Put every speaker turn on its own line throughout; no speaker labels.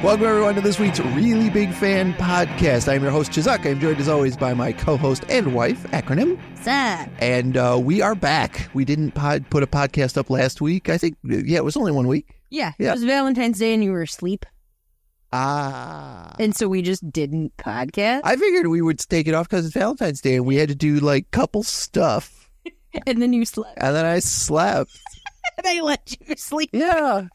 Welcome, everyone, to this week's Really Big Fan podcast. I am your host, Chizuk. I'm joined, as always, by my co host and wife, Acronym.
Sup?
And uh, we are back. We didn't pod- put a podcast up last week. I think, yeah, it was only one week.
Yeah,
Yeah.
It was Valentine's Day and you were asleep.
Ah.
And so we just didn't podcast.
I figured we would take it off because it's Valentine's Day and we had to do like couple stuff.
And then you slept.
And then I slept.
And I let you sleep.
Yeah.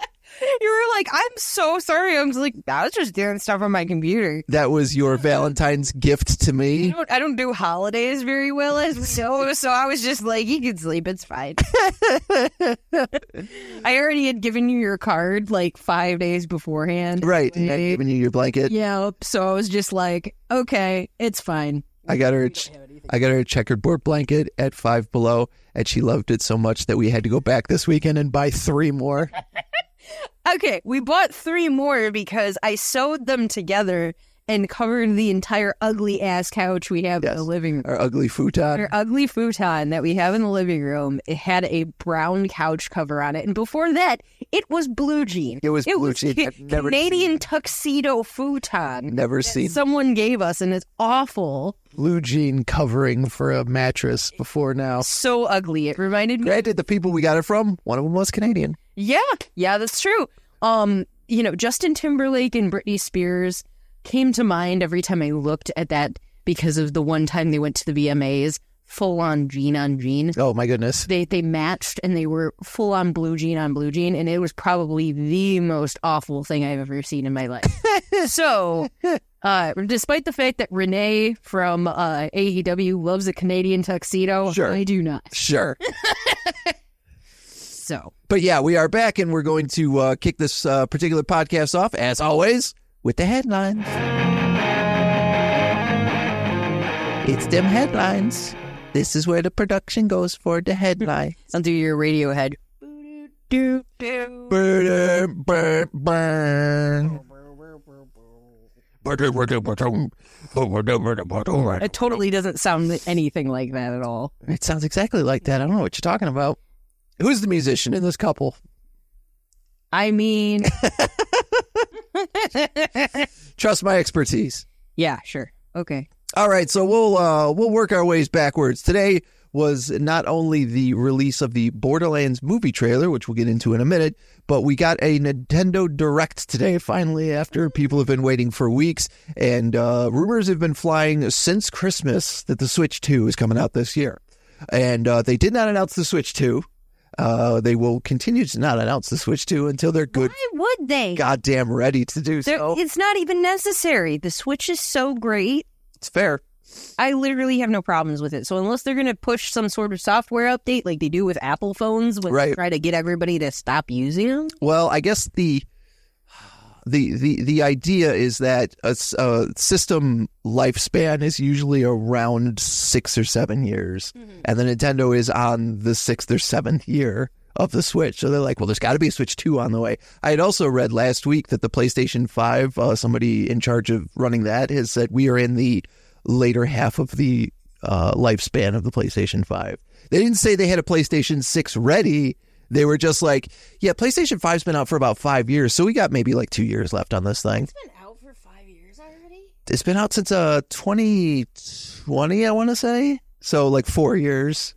You were like, I'm so sorry. I was like, I was just doing stuff on my computer.
That was your Valentine's gift to
I
me.
don't, I don't do holidays very well, as we know. So I was just like, you can sleep. It's fine. I already had given you your card like five days beforehand.
Right. And I
Anyway.
giving you your blanket.
Yep. So I was just like, okay, it's fine.
I got her. A ch- I got her a checkerboard blanket at Five Below, and she loved it so much that we had to go back this weekend and buy three more.
Okay, we bought three more because I sewed them together and covered the entire ugly ass couch we have in
Yes.
the living room.
Our ugly
Our
futon.
ugly futon that we have in the living room, it had a brown couch cover on it. And before that, it was blue jean.
It was blue jean.
Ca-
I've never
Canadian tuxedo futon.
Never seen
Someone gave us, and it's awful.
blue jean covering for a mattress before now.
So ugly. It reminded me
Granted, the people we got it from, one of them was Canadian.
Yeah, yeah, that's true. Um, you know, Justin Timberlake and Britney Spears came to mind every time I looked at that because of the one time they went to the VMAs, full on jean on jean.
Oh my goodness!
They they matched and they were full on blue jean on blue jean, and it was probably the most awful thing I've ever seen in my life. so, uh, despite the fact that Renee from uh, AEW loves a Canadian tuxedo,
Sure.
I do not.
Sure.
So.
But yeah, we are back and we're going to uh, kick this uh, particular podcast off, as always, with the headlines. It's them headlines. This is where the production goes for the headline.
I'll do your Radiohead.
Burn, burn, burn.
It totally doesn't sound anything like that at all.
It sounds exactly like that. I don't know what you're talking about. Who's the musician in this couple?
I mean,
Trust my expertise.
yeah, sure. Okay.
All right, so we'll uh, we'll work our ways backwards. Today was not only the release of the Borderlands movie trailer, which we'll get into in a minute, but we got a Nintendo Direct today. Finally, after people have been waiting for weeks, and uh, rumors have been flying since Christmas that the Switch Two is coming out this year, and uh, they did not announce the Switch Two. Uh, they will continue to not announce the Switch Two until they're good oh.
Why would they?
goddamn ready to do
They're-
so.
It's not even necessary. The Switch is so great.
It's fair.
I literally have no problems with it. So unless they're going to push some sort of software update like they do with Apple phones when
Right.
they try to get everybody to stop using them,
Well, I guess the the the the idea is that a, s- a system lifespan is usually around six or seven years, and the Nintendo is on the sixth or seventh year of the Switch. So they're like, well, there's got to be a Switch Two on the way. I had also read last week that the PlayStation Five, uh, somebody in charge of running that, has said we are in the later half of the uh, lifespan of the PlayStation 5. They didn't say they had a PlayStation 6 ready. They were just like, yeah, PlayStation 5's been out for about five years, so we got maybe like two years left on this thing.
been out for five years already?
It's been out since uh, 2020, I want to say. So like four years.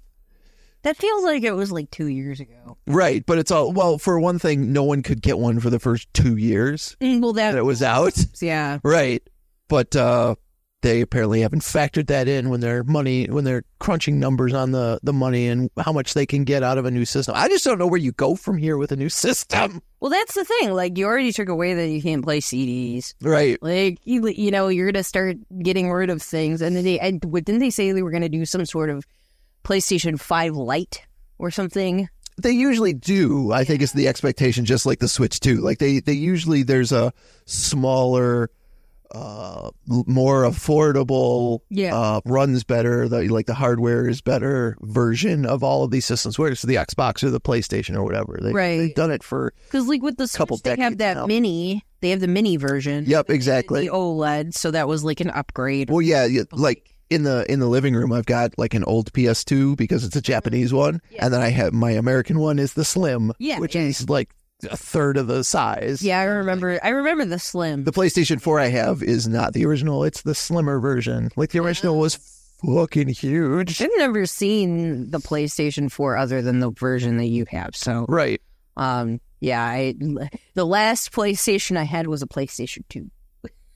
that feels like it was like two years ago.
Right, but it's all, well, for one thing, no one could get one for the first two years
Mm, Well,
that
that
it was out.
yeah.
Right. But uh, they apparently haven't factored that in when they're money when they're crunching numbers on the, the money and how much they can get out of a new system. I just don't know where you go from here with a new system.
Well, that's the thing. Like you already took away that you can't play CDs.
Right.
Like you, you know, you're gonna start getting rid of things, and then they and what- didn't they say they were gonna do some sort of PlayStation Five Lite or something?
They usually do, I think it's the expectation just like the Switch too. Like they, they usually there's a smaller uh l- more affordable
Yeah.
uh runs better the like the hardware is better version of all of these systems whether it's the xbox or the playstation or whatever they,
Right.
they've done it for
Because like with the Switch,
Couple
they have
decades
that
now.
mini. They have the mini version.
yep
The
exactly
OLED, so that was like an upgrade.
Well, yeah, yeah, like in the in the living room, I've got like an old PS2 because it's a Japanese one,
Mm-hmm. Yeah.
and then I have my American one is the Slim,
Yeah,
which
yeah.
is like a third of the size.
Yeah, I remember. I remember the slim.
The PlayStation 4 I have is not the original, it's the slimmer version. Like the
Oh.
original was fucking huge.
I've never seen the PlayStation 4 other than the version that you have. So,
Right.
um, yeah, I, the last PlayStation I had was a PlayStation 2.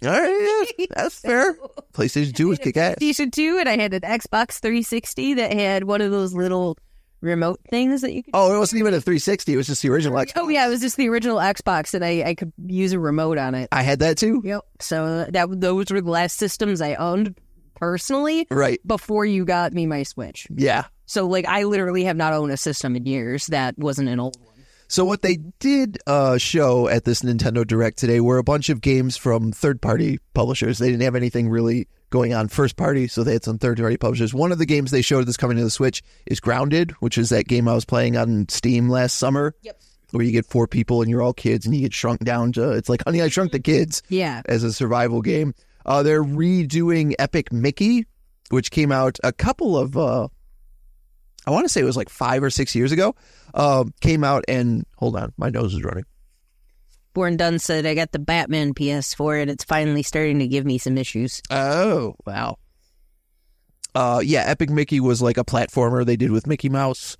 All right. Yeah, that's fair. PlayStation 2 was kick ass.
PlayStation 2, and I had an Xbox 360 that had one of those little remote things that you could.
Oh, it wasn't even a 360. It was just the original Xbox.
Oh, yeah, it was just the original Xbox, and I, I could use a remote on it.
I had that too.
Yep. So that those were the last systems I owned personally
Right.
before you got me my Switch.
Yeah.
So like I literally have not owned a system in years that wasn't an old one.
So what they did uh, show at this Nintendo Direct today were a bunch of games from third-party publishers. They didn't have anything really going on first-party, so they had some third-party publishers. One of the games they showed that's coming to the Switch is Grounded, which is that game I was playing on Steam last summer.
Yep.
Where you get four people and you're all kids and you get shrunk down to it's like Honey I Shrunk the Kids
Yeah.
as a survival game. Uh, they're redoing Epic Mickey, which came out a couple of, uh, I want to say it was like five or six years ago. Um, came out and hold on, my nose is running.
Born Dunn said I got the Batman PS4 and it's finally starting to give me some issues.
Oh wow. Uh, yeah, Epic Mickey was like a platformer they did with Mickey Mouse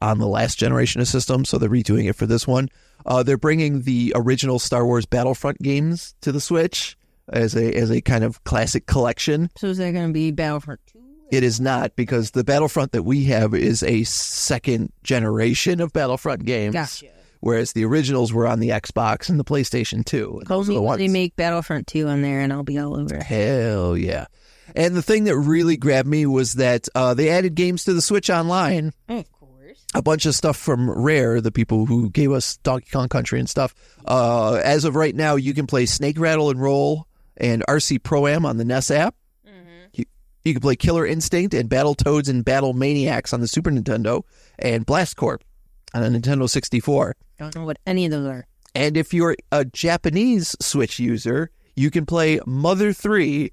on the last generation of systems, so they're redoing it for this one. Uh, they're bringing the original Star Wars Battlefront games to the Switch as a as a kind of classic collection.
So is that gonna be Battlefront two?
It is not because the Battlefront that we have is a second generation of Battlefront games,
Gotcha.
whereas the originals were on the Xbox and the PlayStation 2.
Call
Those are
me
the
when they
ones.
make Battlefront two on there and I'll be all over. it.
Hell yeah. And the thing that really grabbed me was that uh, they added games to the Switch Online
Of course.
a bunch of stuff from Rare, the people who gave us Donkey Kong Country and stuff. Uh, as of right now, you can play Snake Rattle and Roll and RC Pro Am on the NES app.
Mm-hmm.
You, you can play Killer Instinct and Battle Toads and Battle Maniacs on the Super Nintendo and Blast Corp on a Nintendo 64.
Don't know what any of those are.
And if you're a Japanese Switch user, you can play Mother 3,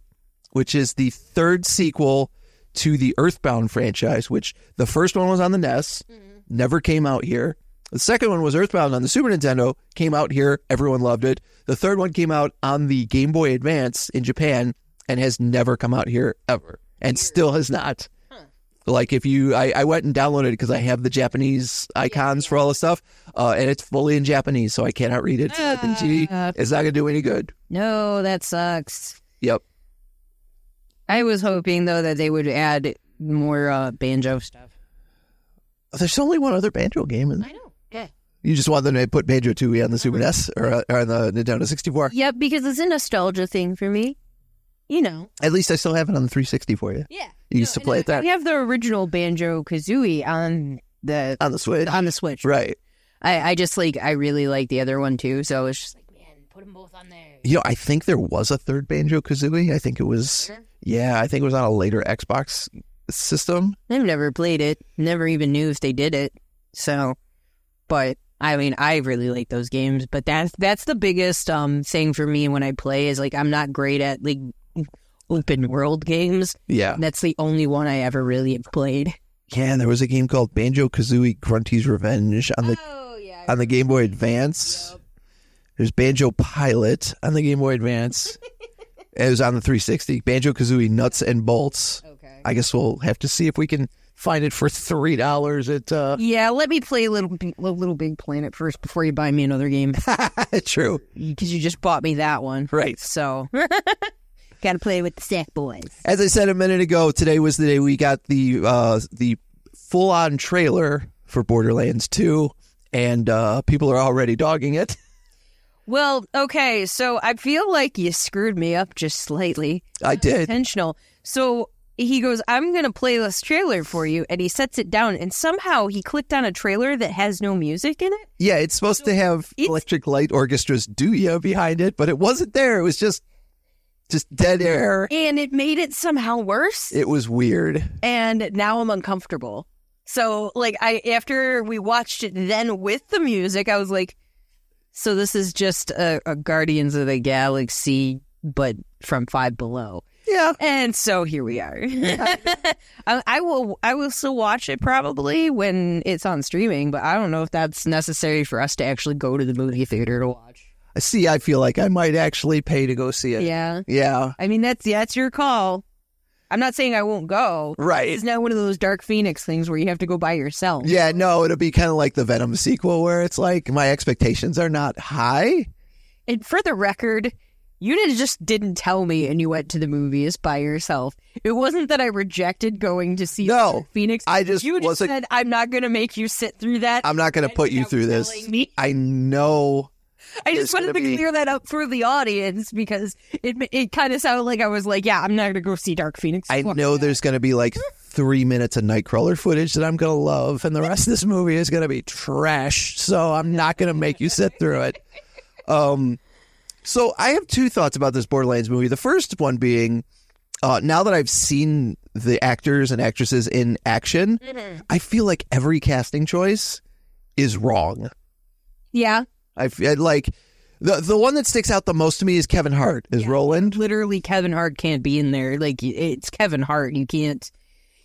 which is the third sequel to the Earthbound franchise, which the first one was on the NES, never came out here. The second one was Earthbound on the Super Nintendo, came out here, everyone loved it. The third one came out on the Game Boy Advance in Japan and has never come out here ever, and still has not. Like if you, I, I went and downloaded it because I have the Japanese icons for all the stuff, uh, and it's fully in Japanese, so I cannot read it. So I think, gee,
Uh,
Ah.
it's not gonna do any good.
No, that sucks.
Yep.
I was hoping though that they would add more uh, banjo stuff.
There's only one other banjo game, and
I know. Yeah.
you just want them to put Banjo Tooie on the Super
Uh-huh.
NES or, uh, or on the Nintendo 64.
Yep, because it's a nostalgia thing for me. You know,
At least I still have it on the 360 for you.
Yeah.
You used to play it that
we have the original Banjo Kazooie on the
on the Switch,
on the Switch.
right?
I, I just like I really like the other one too. So it's just
Like, man, put them both on there.
You know, I think there was a third Banjo Kazooie. I think it was, yeah, I think it was on a later Xbox system.
I've never played it. Never even knew if they did it. So, but I mean, I really like those games. But that's that's the biggest um thing for me when I play is like I'm not great at like open world games.
Yeah,
That's the only one I ever really have played.
yeah. There was a game called Banjo Kazooie Grunty's Revenge on the
Oh, yeah.
on the Game Boy Advance. There's Banjo Pilot on the Game Boy Advance. it was on the 360. Banjo Kazooie Nuts and Bolts.
Okay.
I guess we'll have to see if we can find it for three dollars at uh
Yeah, let me play Little Big, Little Big Planet first before you buy me another game
true.
because you just bought me that one.
Right.
So, gotta play with the Sack Boys.
As I said a minute ago, today was the day we got the uh the full on trailer for Borderlands 2 and uh people are already dogging it.
Well, okay, so I feel like you screwed me up just slightly.
I did.
Intentional. So he goes, I'm gonna play this trailer for you, and he sets it down, and somehow he clicked on a trailer that has no music in it.
Yeah, it's supposed to have
It's-
Electric Light Orchestra's Do Ya behind it, but it wasn't there. It was just just dead air.
And it made it somehow worse.
It was weird.
and now I'm uncomfortable. So like I after we watched it then with the music, I was uh, like, so this is just a, a Guardians of the Galaxy but from Five Below.
Yeah.
And so here we are. I, I will I will still watch it probably when it's on streaming, but I don't know if that's necessary for us to actually go to the movie theater to watch.
See, I feel like I might actually pay to go see it.
Yeah.
Yeah.
I mean that's that's your call. I'm not saying I won't go.
Right.
It's not one of those Dark Phoenix things where you have to go by yourself.
Yeah, no, it'll be kind of like the Venom sequel where it's like my expectations are not high.
And for the record, you didn't just didn't tell me and you went to the movies by yourself. It wasn't that I rejected going to see
No.
Dark Phoenix.
I just
you just
wasn't-
said I'm not going to make you sit through that.
I'm not going to put you
without
through this.
telling me.
I know.
I
There's
just wanted to
gonna be-
clear that up for the audience because it it kind of sounded like I was like, yeah, I'm not gonna go see Dark Phoenix.
I
Fuck
know
that.
there's going to be like three minutes of Nightcrawler footage that I'm going to love, and the rest of this movie is going to be trash. So I'm not going to make you sit through it. Um, so I have two thoughts about this Borderlands movie. The first one being, uh, now that I've seen the actors and actresses in action, I feel like every casting choice is wrong.
yeah,
I feel like the the one that sticks out the most to me is Kevin Hart is Roland.
literally Kevin Hart can't be in there. Like it's Kevin Hart. You can't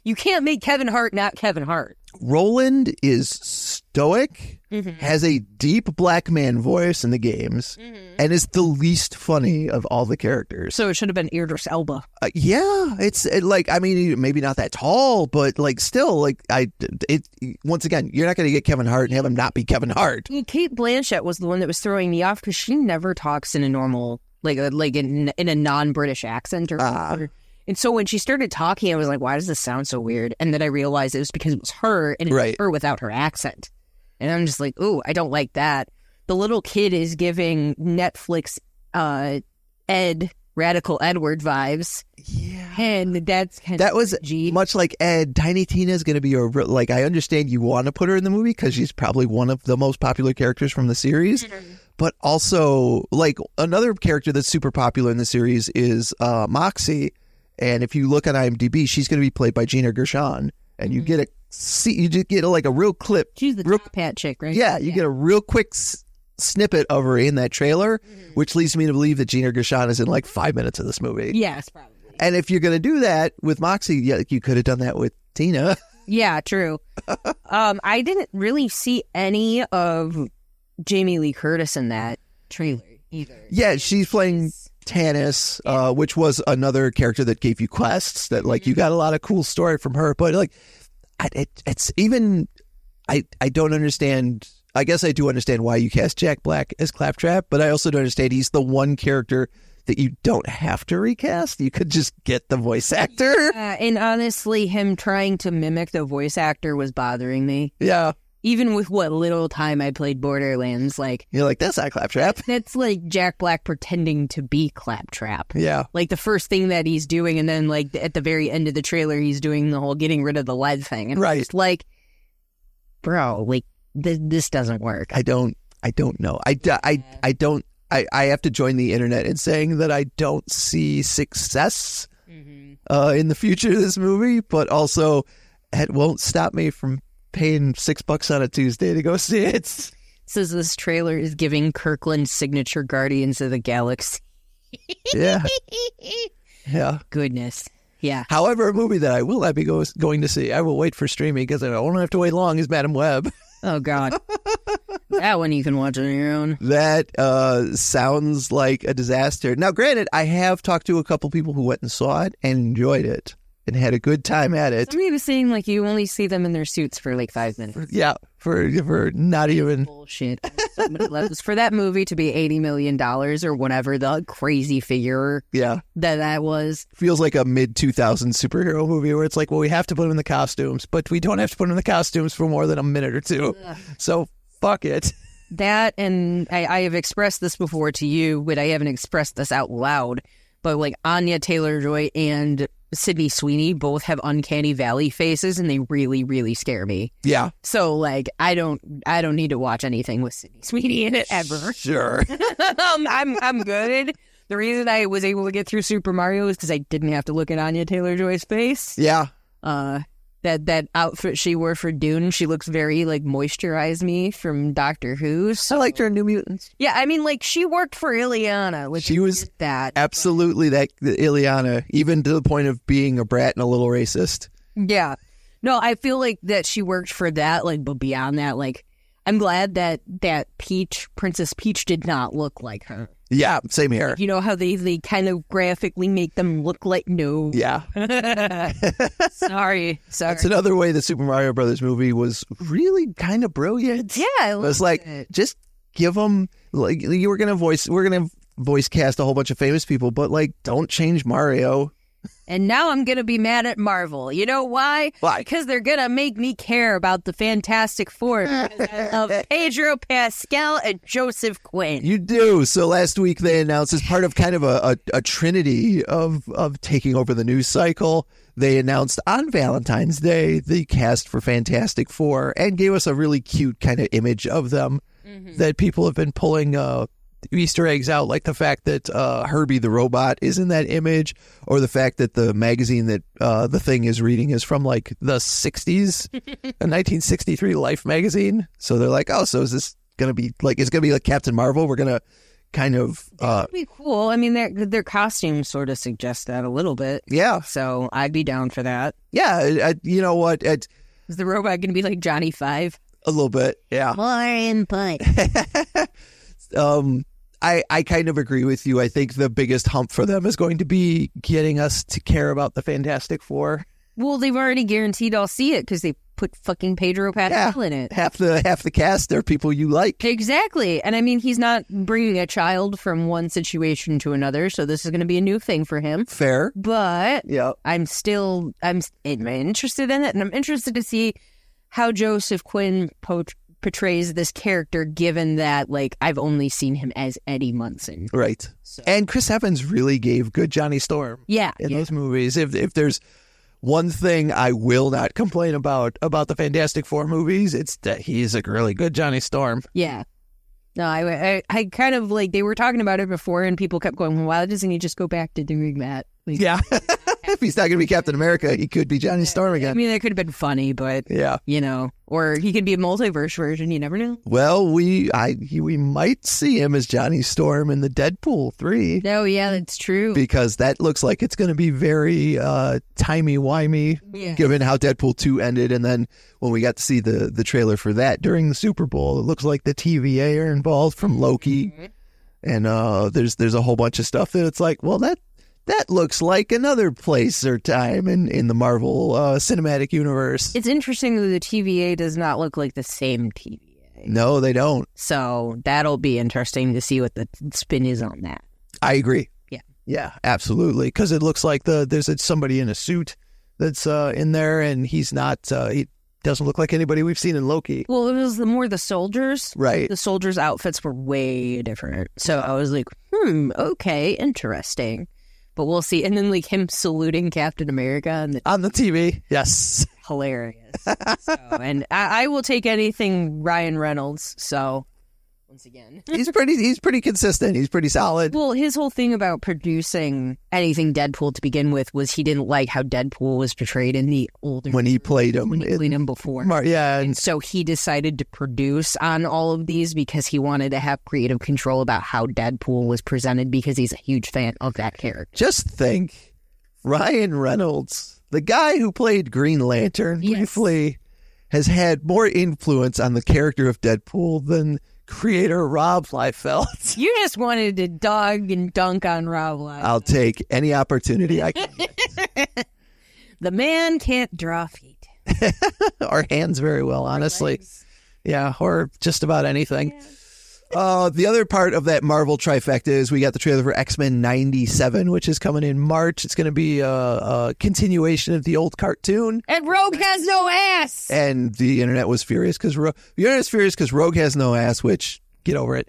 you can't make Kevin Hart not Kevin Hart.
Roland is stoic, has a deep black man voice in the games, and is the least funny of all the characters.
So it should have been Idris Elba.
Uh, yeah, it's it, like I mean maybe not that tall, but like still like I it once again you're not going to get Kevin Hart and have him not be Kevin Hart.
Kate Blanchett was the one that was throwing me off because she never talks in a normal like a, like in in a non British accent or.
Ah.
or- And so when she started talking, I was like, "Why does this sound so weird?" And then I realized it was because it was her and it was
Right.
her without her accent. And I'm just like, "Ooh, I don't like that." The little kid is giving Netflix uh, Ed Radical Edward vibes,
Yeah.
and that's kind
That was
G.
much like Ed, Tiny Tina is going to be a re- like. I understand you want to put her in the movie because she's probably one of the most popular characters from the series, but also like another character that's super popular in the series is uh, Moxie, and if you look on IMDb, she's going to be played by Gina Gershon, and you get a see, you just get like a real clip.
She's the
real-
top hat chick, right?
Yeah, you get a real quick s- snippet of her in that trailer, which leads me to believe that Gina Gershon is in like five minutes of this movie.
yes, probably.
And if you're going to do that with Moxie, yeah, you could have done that with Tina.
Yeah, true. um, I didn't really see any of Jamie Lee Curtis in that trailer either.
Yeah, she's playing Tannis, uh, which was another character that gave you quests. That like you got a lot of cool story from her, but like, I, it, it's even I I don't understand. I guess I do understand why you cast Jack Black as Claptrap, but I also don't understand he's the one character that you don't have to recast. You could just get the voice actor.
Uh, and honestly, him trying to mimic the voice actor was bothering me.
Yeah,
Even with what little time I played Borderlands, like
you're like that's not Claptrap.
that's like Jack Black pretending to be Claptrap.
Yeah,
Like the first thing that he's doing, and then like at the very end of the trailer, he's doing the whole getting rid of the lead thing. And
Right.
It's like, bro, like th- this doesn't work.
I don't. I don't know. I, d- I, I don't. I, I have to join the internet in saying that I don't see success uh, in the future of this movie, but also it won't stop me from paying six bucks on a Tuesday to go see it.
says this trailer is giving Kirkland's signature Guardians of the Galaxy.
Yeah. Yeah.
Goodness. Yeah.
However, a movie that I will not be go- going to see, I will wait for streaming because I won't have to wait long, is Madam Web.
Oh, God. that one you can watch on your own.
That uh, sounds like a disaster. Now, granted, I have talked to a couple people who went and saw it and enjoyed it and had a good time at it.
Somebody was saying, like, you only see them in their suits for like five minutes.
Yeah, for for not even.
Bullshit. Somebody loves for that movie to be $80 million or whatever the crazy figure
Yeah,
that that was.
feels like a mid 2000s superhero movie where it's like, well, we have to put him in the costumes, but we don't have to put him in the costumes for more than a minute or two. So fuck it.
That, and I, I have expressed this before to you, but I haven't expressed this out loud. But like Anya Taylor Joy and Sydney Sweeney both have uncanny valley faces, and they really, really scare me.
Yeah,
So like, I don't, I don't need to watch anything with Sydney Sweeney in it ever.
sure.
um, I'm, I'm good. The reason I was able to get through Super Mario is because I didn't have to look at Anya Taylor Joy's face.
yeah,
Uh, that that outfit she wore for Dune. She looks very like moisturize me from Doctor Who.
I
So
liked her in New Mutants.
yeah, I mean, like she worked for Ileana. Which
She was
is that.
Absolutely, that the Ileana, even to the point of being a brat and a little racist.
Yeah. No, I feel like that she worked for that, like, but beyond that, like, I'm glad that that Peach, Princess Peach, did not look like her.
Yeah, same here.
You know how they, they kind of graphically make them look like no.
Yeah,
sorry, sorry.
that's another way the Super Mario Brothers movie was really kind of brilliant.
yeah, I
It was like
it.
just give them like you were gonna voice we're gonna voice cast a whole bunch of famous people, but like don't change Mario.
And now I'm gonna be mad at Marvel. You know why?
Why?
Because they're gonna make me care about the Fantastic Four of Pedro Pascal and Joseph Quinn.
You do. So last week they announced as part of kind of a, a, a trinity of of taking over the news cycle, they announced on Valentine's Day the cast for Fantastic Four and gave us a really cute kind of image of them that people have been pulling uh Easter eggs out, like the fact that uh, Herbie the robot is in that image, or the fact that the magazine that uh, the thing is reading is from like the 60s, a 1963 Life magazine. So they're like, oh, so is this gonna be like it's gonna be like Captain Marvel? We're gonna kind of, uh,
That'd be cool. I mean, their their costumes sort of suggest that a little bit.
yeah,
So I'd be down for that.
yeah. I, I- you know what? It,
Is the robot gonna be like Johnny Five?
a little bit, yeah.
More input.
um, I I kind of agree with you. I think the biggest hump for them is going to be getting us to care about the Fantastic Four.
well, they've already guaranteed I'll see it because they put fucking Pedro Pascal in it.
Half the half the cast are people you like.
Exactly. And I mean, he's not bringing a child from one situation to another, so this is going to be a new thing for him.
Fair.
But
Yeah.
I'm still I'm, s- I'm interested in it, and I'm interested to see how Joseph Quinn po- portrays this character, given that like I've only seen him as Eddie Munson.
Right.
So.
And Chris Evans really gave good Johnny Storm
Yeah,
in
yeah.
those movies. If if there's one thing I will not complain about about the Fantastic Four movies, it's that he's a really good Johnny Storm.
Yeah. No, I, I, I kind of like they were talking about it before, and people kept going, "Why doesn't he just go back to doing that?" Like,
Yeah. if he's not going to be Captain America, he could be Johnny Storm
I
again.
mean, that could have been funny, but
Yeah.
you know, or he could be a multiverse version. You never know.
Well, we I he- we might see him as Johnny Storm in the Deadpool 3
No, Oh, yeah, that's true.
because that looks like it's going to be very uh timey-wimey
yeah.
given how Deadpool 2 ended. And then when we got to see the, the trailer for that during the Super Bowl, it looks like the TVA are involved from Loki. And uh, there's there's a whole bunch of stuff that it's like, well, that that looks like another place or time in, in the Marvel uh, cinematic universe.
It's interesting that the TVA does not look like the same TVA,
No, they don't.
so that'll be interesting to see what the spin is on that.
I agree.
Yeah.
Yeah, absolutely. Because it looks like the there's a, somebody in a suit that's uh, in there, and he's not. Uh, he doesn't look like anybody we've seen in Loki.
Well, it was the more the soldiers.
Right.
The soldiers' outfits were way different. So I was like, hmm, okay, interesting. But we'll see. And then like him saluting Captain America and it's
On the TV. Yes.
hilarious. so, and I, I will take anything Ryan Reynolds. So once again.
he's pretty he's pretty consistent. He's pretty solid.
Well, his whole thing about producing anything Deadpool to begin with was he didn't like how Deadpool was portrayed in the older
When he played him,
when he
it-
played him before.
Mar- yeah, and
So he decided to produce on all of these because he wanted to have creative control about how Deadpool was presented because he's a huge fan of that character.
just think, Ryan Reynolds, the guy who played Green Lantern
Yes.
briefly, has had more influence on the character of Deadpool than creator Rob Liefeld.
You just wanted to dog and dunk on Rob Liefeld.
I'll take any opportunity I can,
the man can't draw feet.
or hands very well, honestly. Yeah, or just about anything. Uh, the other part of that Marvel trifecta is we got the trailer for X Men '97, which is coming in March. It's going to be a, a continuation of the old cartoon,
And Rogue has no ass.
and the internet was furious because Ro- the internet is furious because Rogue has no ass. Which get over it.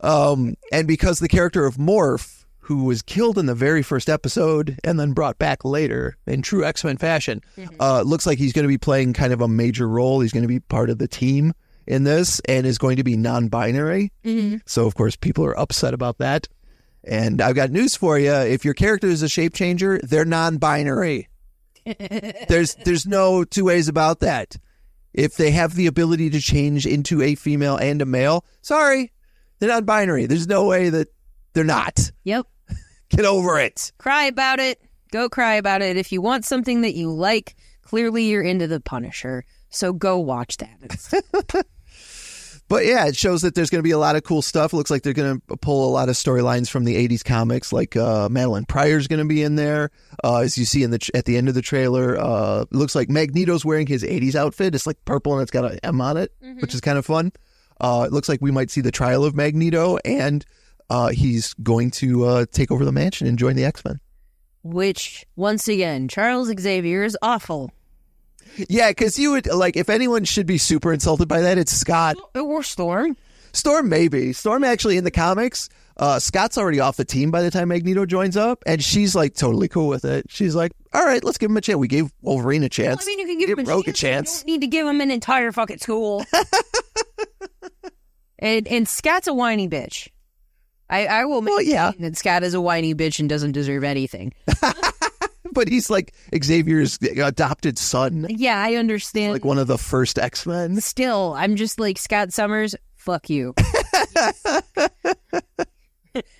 Um, and because the character of Morph, who was killed in the very first episode and then brought back later in true X Men fashion, uh, looks like he's going to be playing kind of a major role. He's going to be part of the team in this and is going to be non binary. So, of course, people are upset about that. And I've got news for you. If your character is a shape changer, they're non binary. There's there's no two ways about that. If they have the ability to change into a female and a male, sorry, they're not binary. There's no way that they're not.
Yep.
Get over it.
Cry about it. Go cry about it. If you want something that you like, clearly you're into The Punisher. So go watch that.
But yeah, it shows that there's going to be a lot of cool stuff. looks like they're going to pull a lot of storylines from the 80s comics, like uh, Madeline Pryor's going to be in there. Uh, as you see in the tr- at the end of the trailer, uh, it looks like Magneto's wearing his 80s outfit. It's like purple and it's got an M on it, which is kind of fun. Uh, it looks like we might see the trial of Magneto, and uh, he's going to uh, take over the mansion and join the X Men.
Which, once again, Charles Xavier is awful.
Yeah, because you would like if anyone should be super insulted by that, it's Scott.
Or Storm.
Storm maybe. Storm actually in the comics, uh, Scott's already off the team by the time Magneto joins up, and she's like totally cool with it. She's like, "All right, let's give him a chance." We gave Wolverine a chance.
I mean, you can give
Give
him
Rogue a
a chance.
chance.
You don't need to give him an entire fucking school. and, and Scott's a whiny bitch. I, I will make
Well, yeah,
that Scott is a whiny bitch and doesn't deserve anything.
but he's like Xavier's uh, adopted son,
Yeah, I understand.
like one of the first X Men.
Still, I'm just like Scott Summers. Fuck you.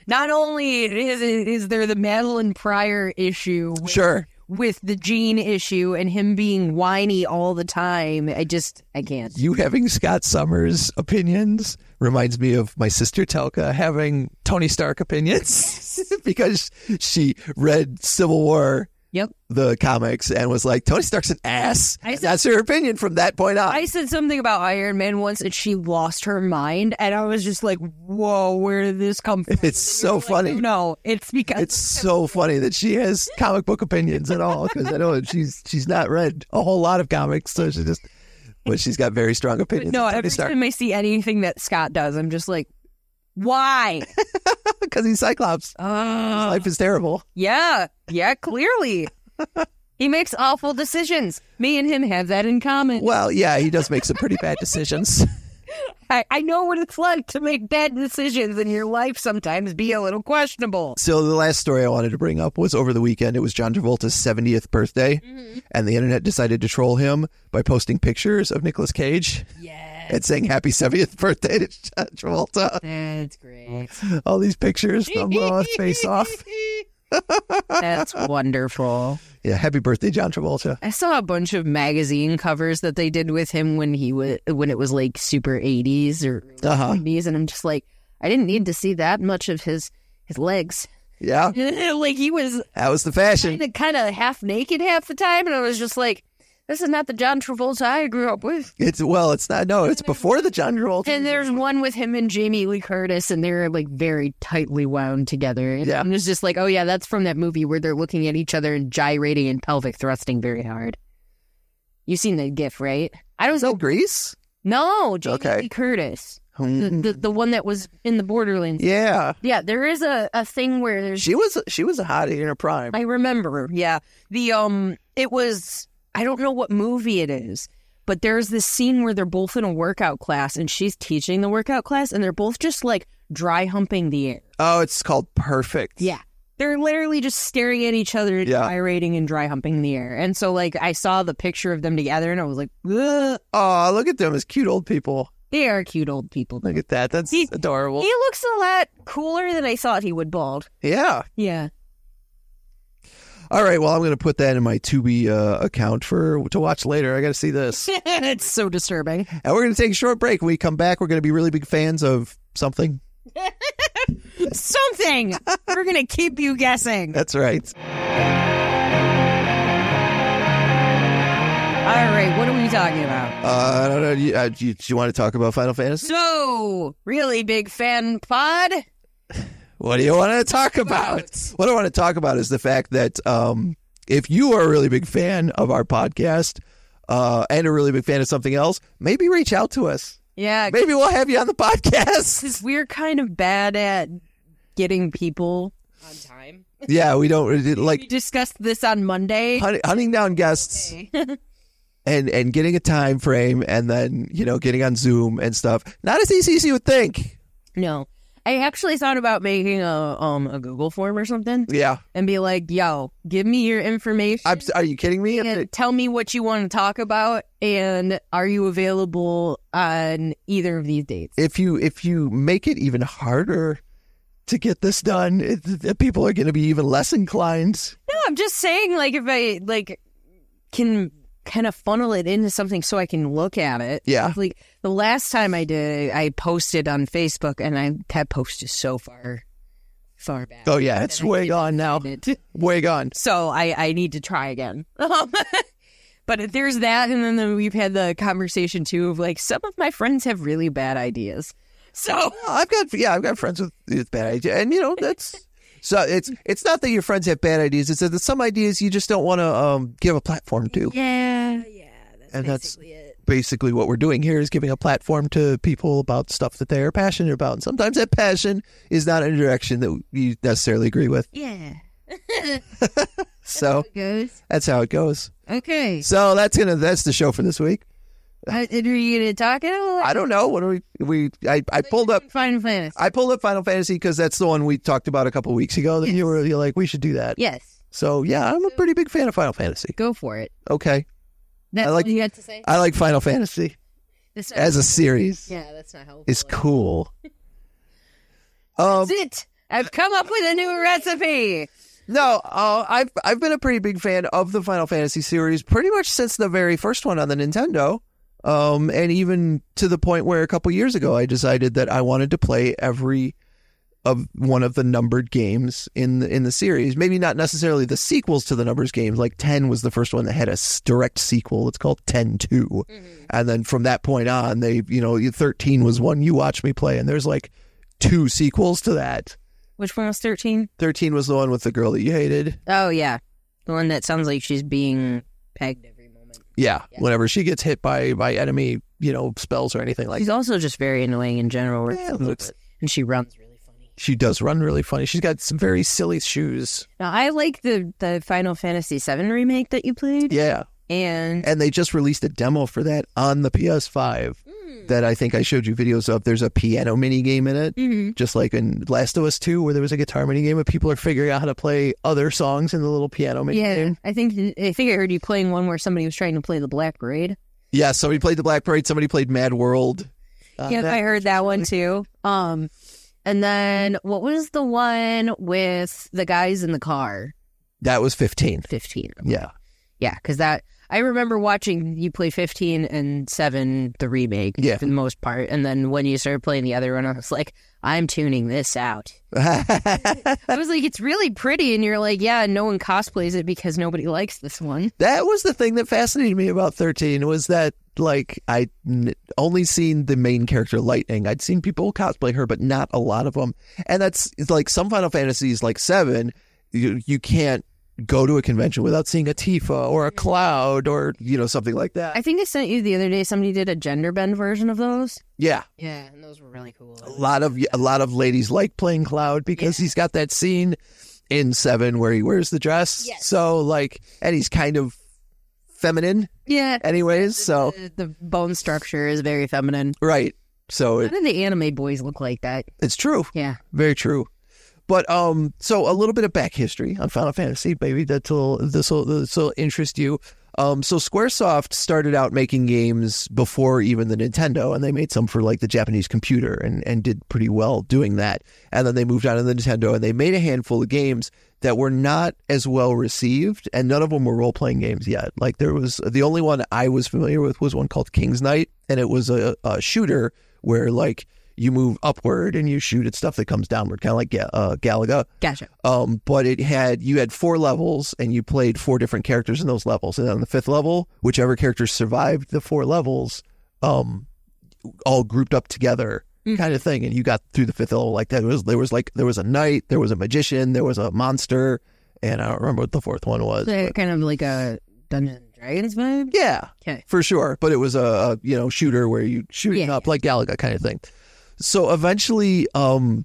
Not only is is there the Madeline Pryor issue with,
Sure,
with the Gene issue and him being whiny all the time, I just I can't.
you having Scott Summers opinions reminds me of my sister Telka having Tony Stark opinions because she read Civil War
Yep.
the comics and was like, Tony Stark's an ass.
I said-
That's her opinion from that point on.
I said something about Iron Man once and she lost her mind and I was just like, Whoa, where did this come from?
it's so funny.
No, it's because
It's so funny that she has comic book opinions at all because I know she's she's not read a whole lot of comics, so she just but she's got very strong opinions.
no,
of Tony
every
Stark
time I see anything that Scott does, I'm just like, Why?
because he's Cyclops.
Ugh.
Life is terrible.
Yeah, yeah, clearly. he makes awful decisions. Me and him have that in common.
Well, yeah, he does make some pretty bad decisions.
I, I know what it's like to make bad decisions in your life sometimes be a little questionable.
So the last story I wanted to bring up was over the weekend. It was John Travolta's 70th birthday,
Mm-hmm.
and the internet decided to troll him by posting pictures of Nicolas Cage
Yeah,
and saying happy 70th birthday to John Travolta.
That's great.
All these pictures from uh, Face Off.
That's wonderful.
Yeah, happy birthday, John Travolta.
I saw a bunch of magazine covers that they did with him when he was when it was like super 80s or
Uh-huh.
90s and I'm just like I didn't need to see that much of his his legs.
Yeah,
like he was
that was the fashion.
kind of kind of half naked half the time, and I was just like, "This is not the John Travolta I grew up with."
It's well, it's not. No, it's before the John Travolta.
And there's one with him and Jamie Lee Curtis, and they're like very tightly wound together. And
Yeah.
it was just like, "Oh yeah, that's from that movie where they're looking at each other and gyrating and pelvic thrusting very hard." You seen the GIF, right? I was
No Grease.
no Jamie
Okay.
Lee Curtis, the,
Hmm.
the the one that was in the Borderlands.
Yeah,
Yeah, there is a a thing where there's
she was she was a hottie in her prime.
I remember. Yeah. The um it was I don't know what movie it is, but there's this scene where they're both in a workout class and she's teaching the workout class and they're both just like dry humping the air.
Oh, it's called Perfect.
Yeah. They're literally just staring at each other,
Yeah.
gyrating and dry humping the air. And so like I saw the picture of them together and I was like, Ugh.
Oh, look at them as cute old people.
they are cute old people.
Look at that. That's
He-
adorable.
He looks a lot cooler than I thought he would bald.
yeah.
Yeah.
All right. Well, I'm going to put that in my Tubi uh, account for to watch later. I got to see this.
it's so disturbing.
and we're going to take a short break. When we come back, we're going to be really big fans of something.
Something. We're gonna keep you guessing.
That's right.
All right, what are we talking about?
Uh, I don't know. You, uh, you, you want to talk about Final Fantasy?
So, really big fan pod.
What do you want to talk about? What I want to talk about is the fact that um, if you are a really big fan of our podcast uh, and a really big fan of something else, maybe reach out to us.
Yeah,
Maybe we'll have you on the podcast.
because we're kind of bad at getting people.
on time.
yeah, we don't really-
We
like
discussed this on Monday.
hunt, hunting down guests and and getting a time frame and then you know getting on Zoom and stuff. Not as easy as you would think.
No, I actually thought about making a um a Google form or something
Yeah.
and be like, "Yo, give me your information
I'm, are you kidding me?
and tell me what you want to talk about, and are you available on either of these dates?"
if you if you make it even harder to get this done, it, the people are going to be even less inclined.
No, I'm just saying, like, if I like can kind of funnel it into something so I can look at it.
Yeah.
Like the last time I did, I posted on Facebook, and I that post is so far, far back.
Oh yeah, it's way gone now. Way gone.
So I, I need to try again. but there's that, and then the, we've had the conversation too of like some of my friends have really bad ideas. So
I've got yeah, I've got friends with, with bad ideas, and you know that's so it's it's not that your friends have bad ideas; it's that some ideas you just don't want to um, give a platform to.
yeah,
Yeah, that's
And that's-
basically it.
Basically, what we're doing here is giving a platform to people about stuff that they are passionate about, and sometimes that passion is not in a direction that you necessarily agree with.
yeah,
So
goes
that's how it goes.
okay. Uh,
So that's gonna that's the show for this week.
Are, are you gonna talk at all?
I don't know what are we we I, I pulled up
Final Fantasy.
I pulled up Final Fantasy because that's the one we talked about a couple weeks ago that you were you're like we should do that.
Yes,
So yeah, I'm a pretty big fan of Final Fantasy.
go for it.
Okay.
That's
I like-
all you had to say.
I like Final Fantasy
That's not-
as a series.
yeah, that's not helpful.
It's cool. Um,
That's it. I've come up with a new recipe.
no, uh, I've I've been a pretty big fan of the Final Fantasy series pretty much since the very first one on the Nintendo, um, and even to the point where a couple years ago I decided that I wanted to play every of one of the numbered games in the, in the series. Maybe not necessarily the sequels to the numbers games. Like ten was the first one that had a s- direct sequel. It's called Ten Two. and then from that point on they you know 13 was one you watched me play and there's like two sequels to that
Which one was thirteen?
13 was the one with the girl that you hated
Oh yeah, the one that sounds like she's being pegged every moment.
yeah, whenever she gets hit by by enemy you know spells or anything like
She's also just very annoying in general,
that Yeah, it looks-
and she runs.
Really funny.
she does run really funny she's got some very silly shoes
Now, I like the the Final Fantasy VII remake that you played,
yeah
and
and they just released a demo for that on the ps5
Mm-hmm.
that i think i showed you videos of there's a piano mini game in it
Mm-hmm.
just like in last of us 2 where there was a guitar mini game and people are figuring out how to play other songs in the little piano mini game
yeah, I think I think I heard you playing one where somebody was trying to play the Black Parade.
Yeah, somebody played the Black Parade. Somebody played Mad World. Uh,
Yep,
that-
I heard that one too. Um, and then what was the one with the guys in the car?
that was fifteen.
Fifteen.
Yeah,
Yeah, because that I remember watching you play fifteen and seven, the remake,
Yeah.
for the most part. And then when you started playing the other one, I was like, I'm tuning this out.
that
I was like, it's really pretty, and you're like, yeah, no one cosplays it because nobody likes this one.
was the thing that fascinated me about thirteen was that like I n- only seen the main character Lightning. I'd seen people cosplay her, but not a lot of them. And that's it's like some Final Fantasies, like seven. You you can't go to a convention without seeing a Tifa or a Cloud or you know something like that.
I think I sent you the other day. Somebody did a gender bend version of those.
yeah,
Yeah, and those were really cool.
a lot of a lot of ladies like playing Cloud because he's got that scene in Seven where he wears the dress.
Yes.
So like, and he's kind of feminine,
Yeah.
anyways. So
the, the bone structure is very feminine.
right, so
How
it,
do the anime boys look like that?
it's true,
Yeah.
very true. But um, so a little bit of back history on Final Fantasy, maybe that'll this will this will interest you. Um, so SquareSoft started out making games before even the Nintendo, and they made some for like the Japanese computer and, and did pretty well doing that. And then they moved on to the Nintendo, and they made a handful of games that were not as well received, and none of them were role playing games yet. Like there was the only one I was familiar with was one called King's Knight, and it was a, a shooter where like you move upward and you shoot at stuff that comes downward, kind of like Ga- uh, Galaga.
Gotcha.
Um, but it had you had four levels and you played four different characters in those levels. And on the fifth level, whichever character survived the four levels, um, all grouped up together,
Mm.
kind of thing. And you got through the fifth level like that. It was there was like there was a knight, there was a magician, there was a monster, and I don't remember what the fourth one was.
So
but-
kind of like a Dungeons and Dragons vibe.
yeah,
Okay.
for sure. But it was a, a you know shooter where you shooting
Yeah.
up like Galaga kind of thing. So eventually, um,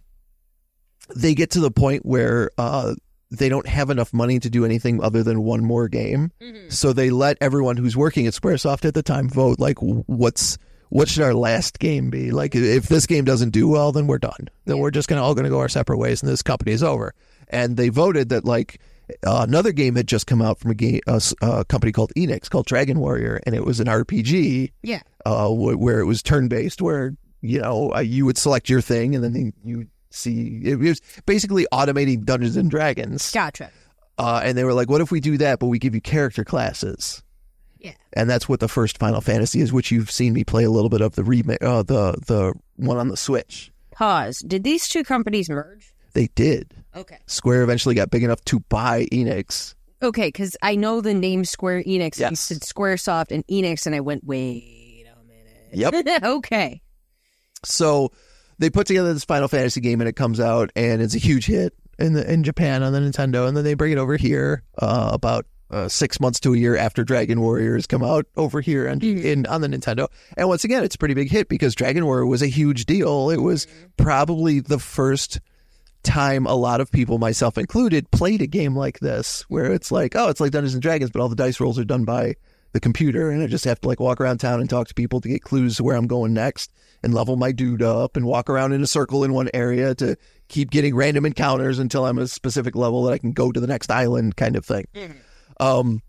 they get to the point where uh, they don't have enough money to do anything other than one
Mm-hmm.
more game. So they let everyone who's working at SquareSoft at the time vote like what's what should our last game be? Like, if this game doesn't do well, then we're done. Then we're just gonna all gonna go our separate ways, and this company is over. And they voted that like uh, another game had just come out from a game a, s- a company called Enix called Dragon Warrior, and it was an RPG
Yeah.
uh, wh- where it was turn based, where you know uh, you would select your thing, and then you see it was basically automating Dungeons and Dragons.
Gotcha.
Uh, and they were like, "What if we do that, but we give you character classes?"
Yeah.
and that's what the first Final Fantasy is, which you've seen me play a little bit of the remake, uh, the the one on the Switch.
Pause. Did these two companies merge?
They did.
Okay.
Square eventually got big enough to buy Enix.
Okay, because I know the name Square Enix. You
Yes.
said Squaresoft and Enix, and I went, wait a minute.
Yep.
okay.
So they put together this Final Fantasy game, and it comes out, and it's a huge hit in the, in Japan on the Nintendo, and then they bring it over here uh, about uh, six months to a year after Dragon Warrior has come out over here and in on the Nintendo. And once again, it's a pretty big hit because Dragon Warrior was a huge deal. It was probably the first time a lot of people, myself included, played a game like this, where it's like, oh, it's like Dungeons and Dragons, but all the dice rolls are done by the computer, and I just have to like walk around town and talk to people to get clues to where I'm going next, and level my dude up, and walk around in a circle in one area to keep getting random encounters until I'm at a specific level that I can go to the next island, kind of thing. Um,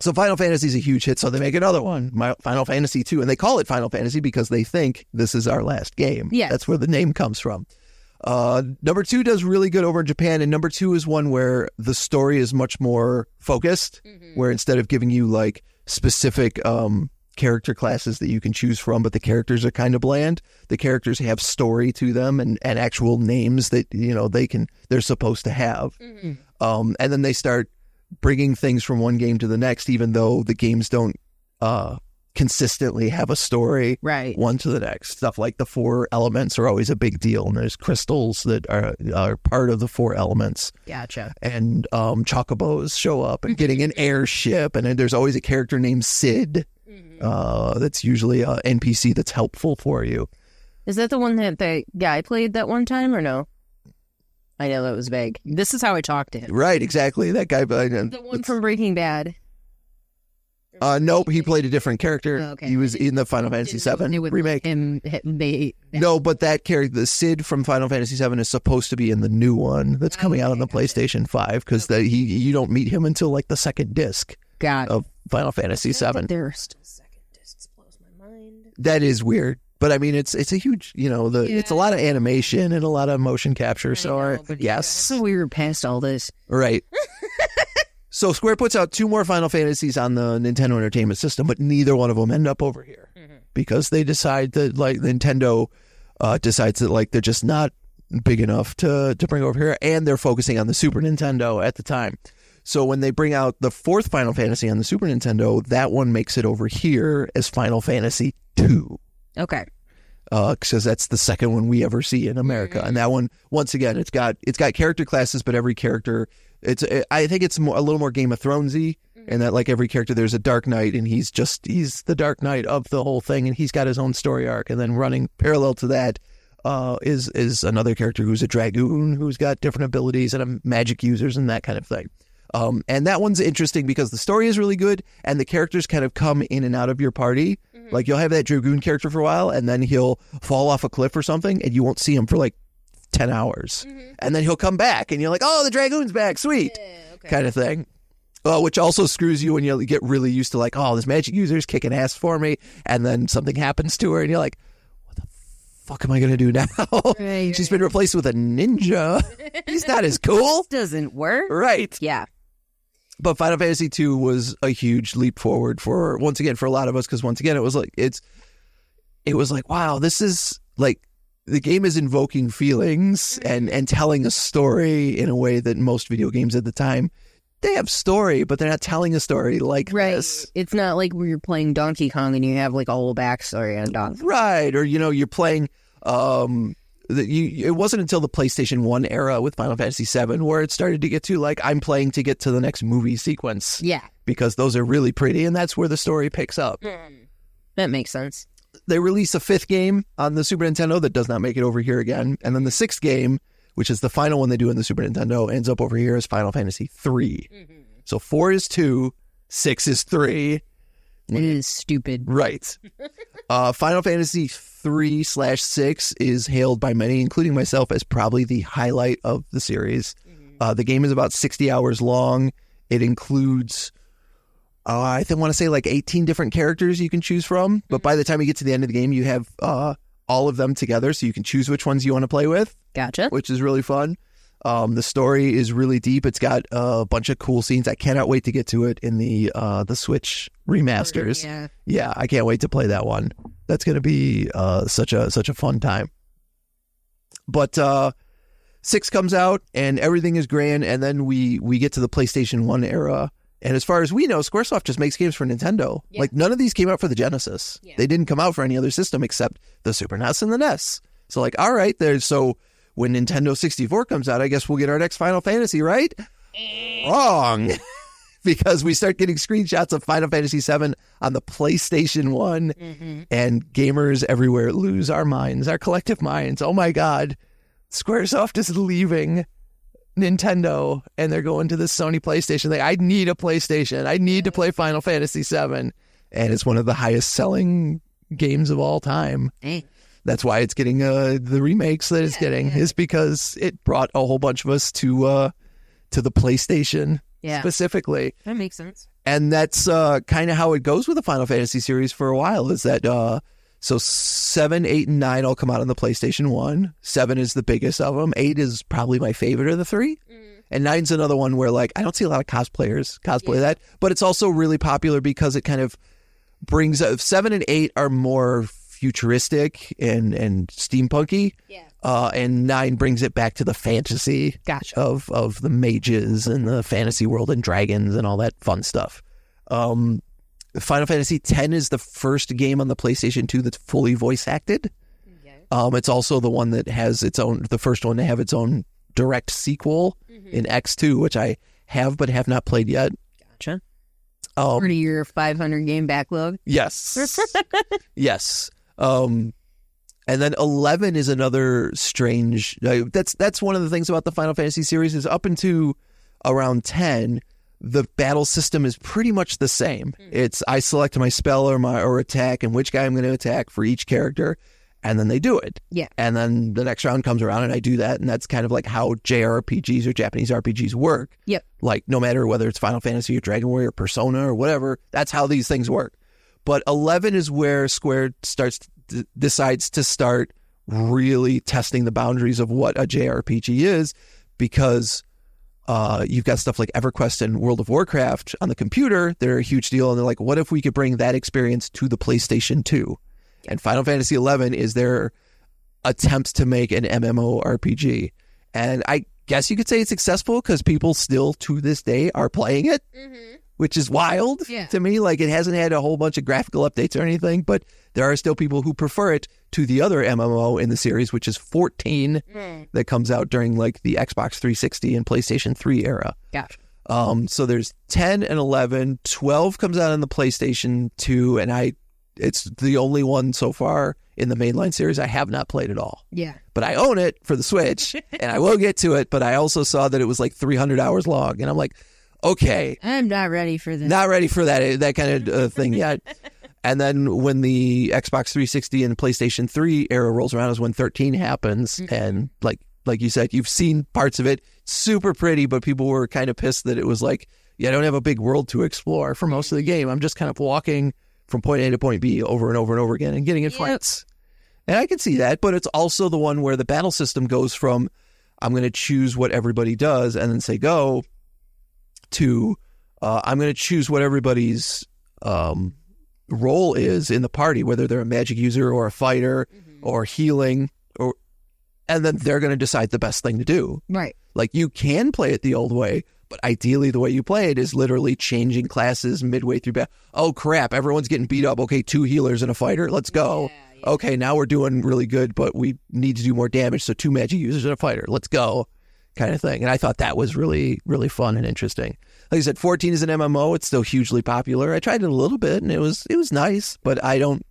so Final Fantasy is a huge hit, so they make another one, My- Final Fantasy two, and they call it Final Fantasy because they think this is our last game.
Yeah.
that's where the name comes from. Uh, number two does really good over in Japan, and number two is one where the story is much more focused, where instead of giving you like specific um, character classes that you can choose from, but the characters are kind of bland. The characters have story to them and, and actual names that you know they can they're supposed to have,
Mm-hmm.
um, and then they start bringing things from one game to the next, even though the games don't uh, consistently have a story
Right.
one to the next. Stuff like the four elements are always a big deal, and there's crystals that are are part of the four elements,
Gotcha.
and um, chocobos show up, and getting an airship, and then there's always a character named Sid.
Mm-hmm.
Uh, that's usually a NPC that's helpful for you.
Is that the one that the guy played that one time or no? I know that was vague. This is how I talked to him.
Right, exactly. That guy.
The one from Breaking Bad.
Uh, nope, he played a different character.
Oh, okay.
He was in the Final Fantasy VII
It would-
remake.
Him, him they,
No, but that character, the Sid from Final Fantasy VII, is supposed to be in the new one
Oh,
that's coming out on the PlayStation Five because he you don't meet him until like the second disc
God.
of Final Fantasy VII.
They're still
Second disc blows my mind.
That is weird, but I mean it's it's a huge you know the it's a lot of animation and a lot of motion capture. So I- yes,
so weird past all this.
right. so Square puts out two more Final Fantasies on the Nintendo Entertainment System, but neither one of them end up over here because they decide that like Nintendo uh, decides that like they're just not big enough to to bring over here, and they're focusing on the Super Nintendo at the time. So when they bring out the fourth Final Fantasy on the Super Nintendo, that one makes it over here as Final Fantasy two
Okay.
because uh, that's the second one we ever see in America. And that one, once again, it's got it's got character classes, but every character, it's it, I think it's more, a little more Game of Thronesy, Mm-hmm. and that like every character, there's a Dark Knight, and he's just he's the Dark Knight of the whole thing, and he's got his own story arc, and then running parallel to that. Uh, is is another character who's a dragoon who's got different abilities and um, magic users and that kind of thing. Um, and that one's interesting because the story is really good and the characters kind of come in and out of your party. Like you'll have that Dragoon character for a while and then he'll fall off a cliff or something and you won't see him for like 10 hours. And then he'll come back and you're like, oh, the Dragoon's back. Sweet. Kind of thing. Uh, which also screws you when you get really used to like, oh, this magic user's kicking ass for me. And then something happens to her and you're like, what the fuck am I going to do now?
Right,
She's been replaced with a ninja. He's not as cool.
Doesn't work.
Right.
Yeah.
But Final Fantasy II was a huge leap forward for once again for a lot of us because once again it was like it's it was like wow this is like the game is invoking feelings and and telling a story in a way that most video games at the time they have story but they're not telling a story like
Right.
this.
It's not like where you're playing Donkey Kong and you have like a whole backstory on Donkey.
Right. Or, you know, you're playing. Um, the, you, it wasn't until the PlayStation 1 era with Final Fantasy 7 where it started to get to, like, I'm playing to get to the next movie sequence
Yeah.
because those are really pretty and that's where the story picks up.
Hmm. That makes sense.
They release a fifth game on the Super Nintendo that does not make it over here again. And then the sixth game, which is the final one they do in the Super Nintendo, ends up over here as Final Fantasy 3. So 4 is 2, 6 is 3.
It is stupid.
Right. Uh, Final Fantasy three slash six is hailed by many, including myself, as probably the highlight of the series. Uh, the game is about sixty hours long. It includes, uh, I think, want to say like eighteen different characters you can choose from. But by the time you get to the end of the game, you have uh, all of them together, so you can choose which ones you want to play with
Gotcha.
which is really fun. Um, the story is really deep. It's got a bunch of cool scenes. I cannot wait to get to it in the uh, the Switch remasters. Yeah.
Yeah.
I can't wait to play that one. That's gonna be uh, such a such a fun time. But uh, six comes out and everything is grand, and then we we get to the PlayStation One era. And as far as we know, SquareSoft just makes games for Nintendo.
Yeah.
Like none of these came out for the Genesis.
Yeah.
They didn't come out for any other system except the Super NES and the NES. So like, all right, there's so when Nintendo 64 comes out, I guess we'll get our next Final Fantasy, right?
Eh.
Wrong. because we start getting screenshots of Final Fantasy 7 on the PlayStation 1
Mm-hmm.
and gamers everywhere lose our minds, our collective minds. Oh my god. Squaresoft is leaving Nintendo and they're going to the Sony PlayStation. They I need a PlayStation. I need to play Final Fantasy 7 and it's one of the highest selling games of all time.
Hey.
That's why it's getting uh, the remakes that it's getting is because it brought a whole bunch of us to uh, to the PlayStation
Yeah.
specifically
That makes sense.
and that's uh, kind of how it goes with the Final Fantasy series for a while. Is that uh, so? Seven, eight, and nine all come out on the PlayStation One. Seven is the biggest of them. Eight is probably my favorite of the three, and nine's another one where like I don't see a lot of cosplayers cosplay that, but it's also really popular because it kind of brings up seven and eight are more futuristic and and steampunky.
Yeah.
Uh, and nine brings it back to the fantasy
Gotcha.
of of the mages and the fantasy world and dragons and all that fun stuff. Um, Final Fantasy X is the first game on the PlayStation 2 that's fully voice acted.
Okay.
Um, it's also the one that has its own, the first one to have its own direct sequel
Mm-hmm.
in X2, which I have but have not played yet.
Gotcha.
Um,
Over to your 500 game backlog.
Yes. yes. Um, and then eleven is another strange. uh, That's that's one of the things about the Final Fantasy series is up into around ten, the battle system is pretty much the same.
Hmm.
It's I select my spell or my or attack and which guy I'm going to attack for each character, and then they do it.
Yeah.
And then the next round comes around and I do that, and that's kind of like how JRPGs or Japanese RPGs work
Yep.
like no matter whether it's Final Fantasy or Dragon Warrior or Persona or whatever, that's how these things work. But 11 is where Square starts d- decides to start really testing the boundaries of what a JRPG is because uh, you've got stuff like EverQuest and World of Warcraft on the computer. They're a huge deal. And they're like, what if we could bring that experience to the PlayStation 2? And Final Fantasy 11 is their attempt to make an MMORPG. And I guess you could say it's successful because people still to this day are playing it,
Mm-hmm.
which is wild
Yeah.
to me. Like it hasn't had a whole bunch of graphical updates or anything, but there are still people who prefer it to the other MMO in the series, which is 14
Mm.
that comes out during like the Xbox 360 and PlayStation 3 era.
Gotcha.
Um, so there's 10 and 11. 12 comes out on the PlayStation 2, and I, it's the only one so far in the mainline series I have not played at all.
Yeah.
But I own it for the Switch, and I will get to it. But I also saw that it was like 300 hours long, and I'm like, okay,
I'm not ready for this.
not ready for that that kind of uh, thing yet. and then when the Xbox 360 and PlayStation 3 era rolls around is when 13 happens, and like like you said, you've seen parts of it, super pretty, but people were kind of pissed that it was like, yeah, I don't have a big world to explore for most of the game. I'm just kind of walking from point A to point B over and over and over again and getting in
Yep.
fights. And I can see that, but it's also the one where the battle system goes from I'm going to choose what everybody does and then say go to uh, I'm going to choose what everybody's um, role is in the party, whether they're a magic user or a fighter
Mm-hmm.
or healing, or and then they're going to decide the best thing to do.
Right.
Like you can play it the old way, but ideally the way you play it is literally changing classes midway through battle. Oh crap, everyone's getting beat up. Okay, two healers and a fighter. Let's go. Okay, now we're doing really good, but we need to do more damage. So two magic users and a fighter. Let's go. Kind of thing. And I thought that was really, really fun and interesting. Like I said, 14 is an MMO. It's still hugely popular. I tried it a little bit and it was it was nice, but I don't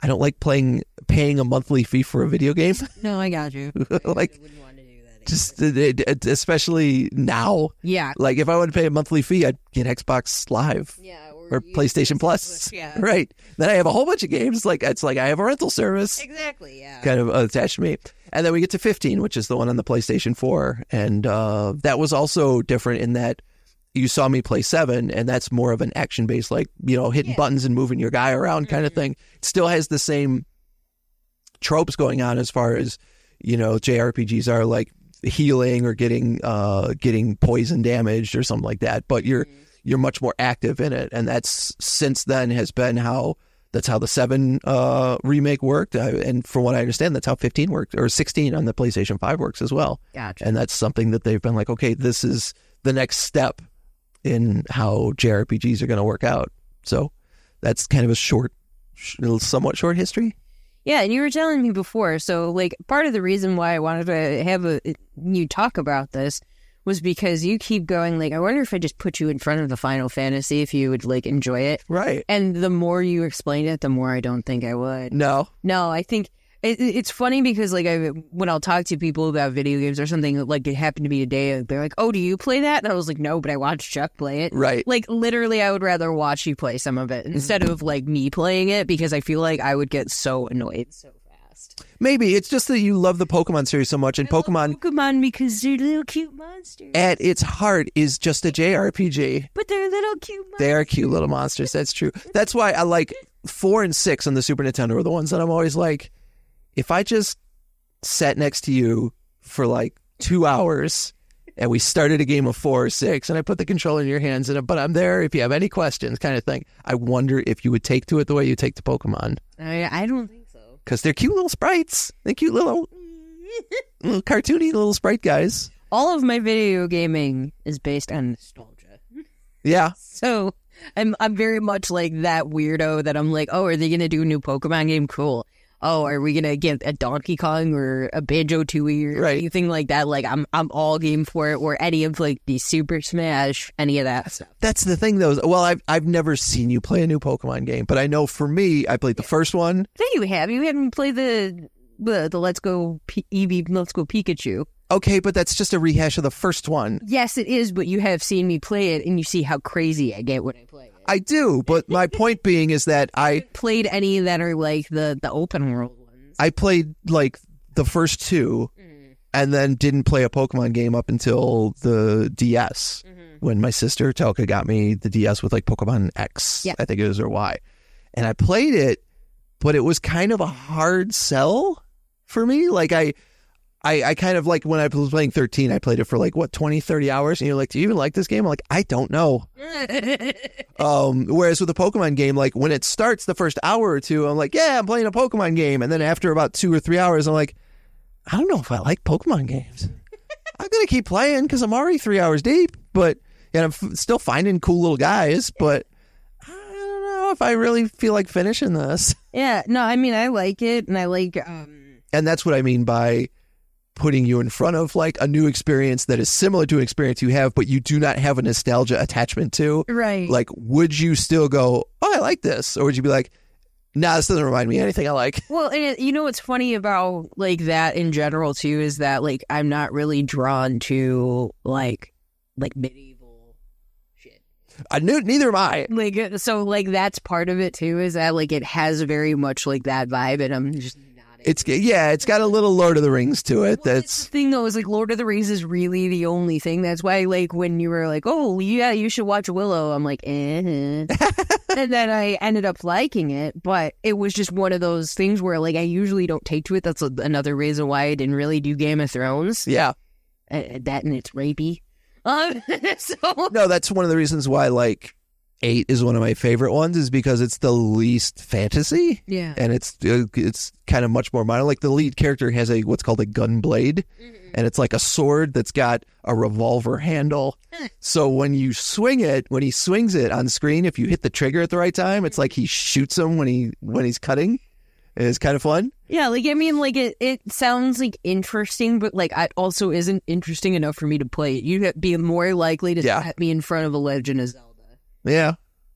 I don't like playing paying a monthly fee for a video game.
No, I got you.
like
I wouldn't want to do that.
just it- it- especially now.
Yeah.
Like if I wanted to pay a monthly fee, I'd get Xbox Live
Yeah, or where
or
you
PlayStation
just
Plus.
push- Yeah,
Right. Then I have a whole bunch of games. Like it's like I have a rental service
exactly. Yeah,
kind of attached to me. And then we get to 15, which is the one on the PlayStation 4. And uh, that was also different in that you saw me play 7, and that's more of an action based, like, you know, hitting
Yeah.
buttons and moving your guy around kind of
Mhm.
thing. It still has the same tropes going on as far as, you know, JRPGs are like healing or getting uh getting poison damaged or something like that but you're
Mhm.
you're much more active in it and that's since then has been how that's how the seven uh, remake worked, I, and from what I understand, that's how fifteen worked or sixteen on the PlayStation Five works as well.
Gotcha.
And that's something that they've been like, okay, this is the next step in how JRPGs are going to work out. So that's kind of a short, sh- somewhat short history.
Yeah, and you were telling me before, so like part of the reason why I wanted to have a you talk about this was because you keep going like I wonder if I just put you in front of the Final Fantasy if you would like enjoy it.
Right.
And the more you explained it, the more I don't think I would.
No.
No, I think it, it- it's funny because like I when I'll talk to people about video games or something like it happened to me today, they're like, "Oh, do you play that?" And I was like, "No, but I watched Chuck play it."
Right.
Like literally, I would rather watch you play some of
Mm-hmm.
it instead of like me playing it because I feel like I would get so annoyed so fast.
Maybe it's just that you love the Pokemon series so much, and Pokemon
Pokemon because they're little cute monsters,
at its heart is just a JRPG.
but they're little cute. Monsters.
They are cute little monsters. That's true. That's why I like four and six on the Super Nintendo are the ones that I'm always like, if I just sat next to you for like two hours and we started a game of four or six and I put the controller in your hands and but I'm there if you have any questions kind of thing. I wonder if you would take to it the way you take to Pokemon
I, I
I
don't.
think so.
because they're cute little sprites. They're cute little, little cartoony little sprite guys.
All of my video gaming is based on nostalgia.
Yeah,
So I'm I'm very much like that weirdo that I'm like, oh, are they gonna do a new Pokemon game? Cool. Oh, are we gonna get a Donkey Kong or a Banjo Tooie or
Right.
anything like that? Like I'm I'm all game for it or any of like the Super Smash, any of that stuff.
That's the thing, though. Well, I've I've never seen you play a new Pokemon game, but I know for me, I played the first one,
There you have. You haven't played the the, the Let's Go P- Eevee, Let's Go Pikachu.
Okay, but that's just a rehash of the first one.
Yes, it is, but you have seen me play it and you see how crazy I get when I play it.
I do, but my point being is that I
played any that are like the the open world ones.
I played like the first two
Mm-hmm.
and then didn't play a Pokemon game up until the DS when my sister Telka got me the DS with like Pokemon X, I
Yeah.
think it was or Y. And I played it, but it was kind of a hard sell for me. Like I I, I kind of like when I was playing 13, I played it for like what 20, 30 hours and you're like, "Do you even like this game?" I'm like, "I don't know."
Mm-hmm.
Um, whereas with a Pokemon game, like when it starts the first hour or two, I'm like, yeah, I'm playing a Pokemon game. And then after about two or three hours, I'm like, I don't know if I like Pokemon games. I'm going to keep playing because I'm already three hours deep, but, and I'm f- still finding cool little guys, but I don't know if I really feel like finishing this.
Yeah, no, I mean I like it, and I like um
And that's what I mean by putting you in front of like a new experience that is similar to an experience you have, but you do not have a nostalgia attachment to.
right.
like would you still go oh i like this or would you be like nah this doesn't remind me of anything i like
well, and it, you know what's funny about like that in general too is that like I'm not really drawn to like like medieval shit.
i knew neither am i
Like uh, so like that's part of it too is that like it has very much like that vibe, and I'm just not.
it's yeah it's got a little lord of the rings to it
Well, the
that's
thing though is like Lord of the Rings is really the only thing. That's why like when you were like, oh yeah, you should watch Willow, I'm like, eh. and then I ended up liking it, but it was just one of those things where like I usually don't take to it. That's a- another reason why I didn't really do Game of Thrones.
yeah
Uh, that and it's rapey. Um, so
no that's one of the reasons why like eight is one of my favorite ones is because it's the least fantasy
yeah,
and it's it's kind of much more modern like the lead character has a what's called a gun blade
Mm-hmm.
and it's like a sword that's got a revolver handle. so when you swing it, when he swings it on screen, if you hit the trigger at the right time, it's like he shoots him when he when he's cutting. It's kind of fun.
yeah. Like I mean, like it it sounds like interesting, but like it also isn't interesting enough for me to play it. You'd be more likely to
Yeah.
set me in front of a Legend of Zelda.
Yeah.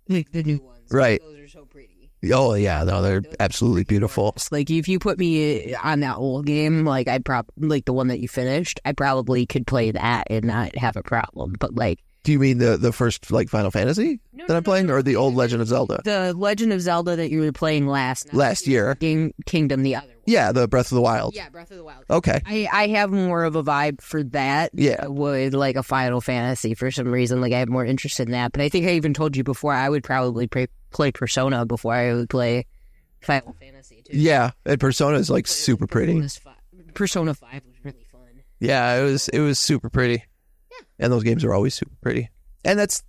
Like the new ones.
Right.
Those are so pretty.
Oh yeah. No, they're absolutely beautiful.
Like if you put me on that old game, like I prob like the one that you finished, I probably could play that and not have a problem. But like
Do you mean the the first like Final Fantasy?
No,
that I'm playing, or the old Legend of Zelda
The Legend of Zelda that you were playing last night.
last year?
Game Kingdom, the other one.
Yeah, the Breath of the Wild.
Yeah, Breath of the Wild.
Okay.
I, I have more of a vibe for that.
Yeah.
Would like a Final Fantasy for some reason. Like I have more interest in that. But I think I even told you before I would probably play, play Persona before I would play Final Fantasy too.
Yeah, and Persona is like super pretty.
Persona fi- Persona Five was really fun.
Yeah, it was it was super pretty.
Yeah.
And those games are always super pretty. And that's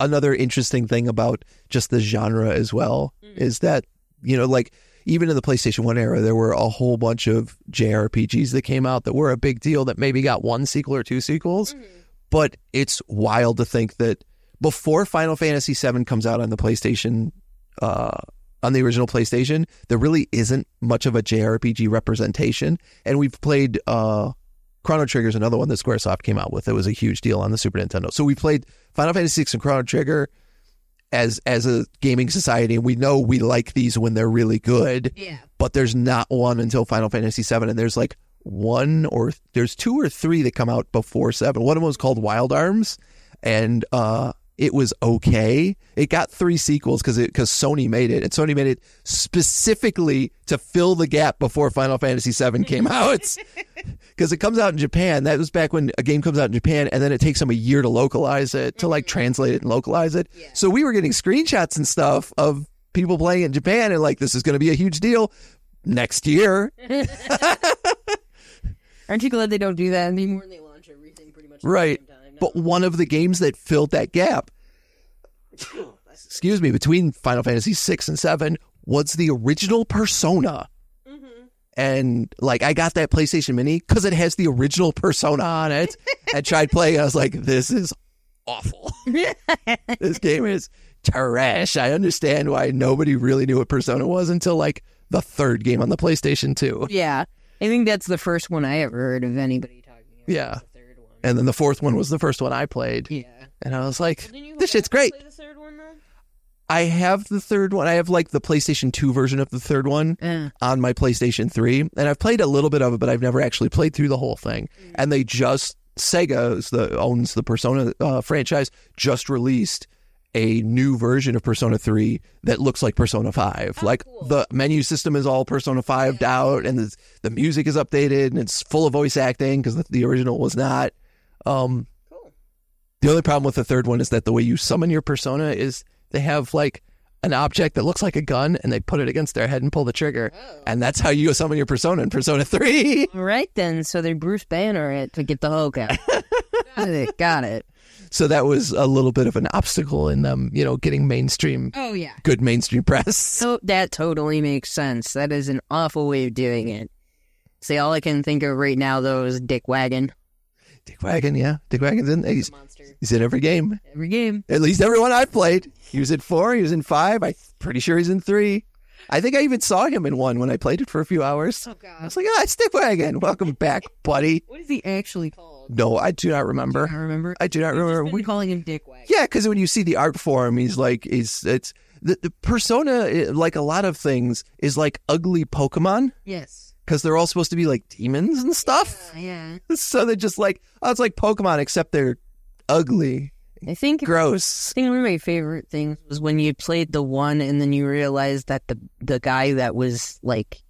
another interesting thing about just the genre as well
Mhm.
is that you know like even in the PlayStation 1 era there were a whole bunch of JRPGs that came out that were a big deal that maybe got one sequel or two sequels,
Mm-hmm.
Mhm.
but it's wild to think that before Final Fantasy 7 comes out on the PlayStation uh on the original PlayStation, there really isn't much of a JRPG representation. And we've played uh, Chrono Trigger is another one that SquareSoft came out with. It was a huge deal on the Super Nintendo. So we played Final Fantasy VI and Chrono Trigger as as a gaming society, and we know we like these when they're really good.
Yeah.
But there's not one until Final Fantasy VII, and there's like one or there's two or three that come out before seven. One of them was called Wild Arms, and uh, it was okay. It got three sequels because because Sony made it, and Sony made it specifically to fill the gap before Final Fantasy VII came out. Because it comes out in Japan. That was back when a game comes out in Japan, and then it takes them a year to localize it, to like translate it and localize it.
Yeah.
So we were getting screenshots and stuff of people playing it in Japan, and like this is going to be a huge deal next year,
Aren't you glad they don't do that anymore?
They launch everything pretty much
right?
at the same time.
But one of the games that filled that gap,
Oh,
excuse me, between Final Fantasy six and seven was the original Persona.
Mhm.
Mm-hmm.
And like I got that PlayStation Mini because it has the original Persona on it. I tried playing. I was like, this is awful. this game is trash. I understand why nobody really knew what Persona was until like the third game on the PlayStation 2.
Yeah. I think that's the first one I ever heard of anybody talking about.
Yeah.
The third one.
And then the fourth one was the first one I played.
Yeah.
And I was like,
Didn't you go
this shit's
back and
great.
Play the third one then?
I have the third one. I have like the PlayStation 2 version of the third one
Uh,
on my PlayStation 3. And I've played a little bit of it, but I've never actually played through the whole thing.
Mm.
And they just, Sega is the, owns the Persona uh, franchise, just released a new version of Persona 3 that looks like Persona 5.
Oh,
like
cool.
the menu system is all Persona 5'd out, and the, the music is updated, and it's full of voice acting because the, the original was not. Um,
Cool.
the only problem with the third one is that the way you summon your persona is they have like an object that looks like a gun and they put it against their head and pull the trigger.
Oh.
And that's how you summon your persona in Persona 3.
all right then. So they Bruce Banner it to get the Hulk out. Got it. Got it.
So that was a little bit of an obstacle in them, you know, getting mainstream,
Oh yeah.
good mainstream press.
So that totally makes sense. That is an awful way of doing it. See, all I can think of right now though is Dick Wagon.
Dick Wagon, yeah. Dick Wagon's in, he's,
The monster.
he's in every game.
Every game.
At least everyone I've played. He was in four, he was in five. I'm pretty sure he's in three. I think I even saw him in one when I played it for a few hours.
Oh
I
god.
was like, ah, it's Dick Wagon. Welcome back, buddy.
What is
He
he
actually
called?
No, I do not
I
remember.
remember.
I do not remember.
We're calling him Dick Wagon.
Yeah, because when you see the art form, he's like, he's it's the, the persona, eh, like a lot of things, is like ugly Pokemon
Yes.
because they're all supposed to be like demons and stuff.
Yeah.
So they're just like, oh, it's like Pokemon except they're ugly,
I think
gross.
I think one of my favorite things was when you played the one and then you realized that the the guy that was like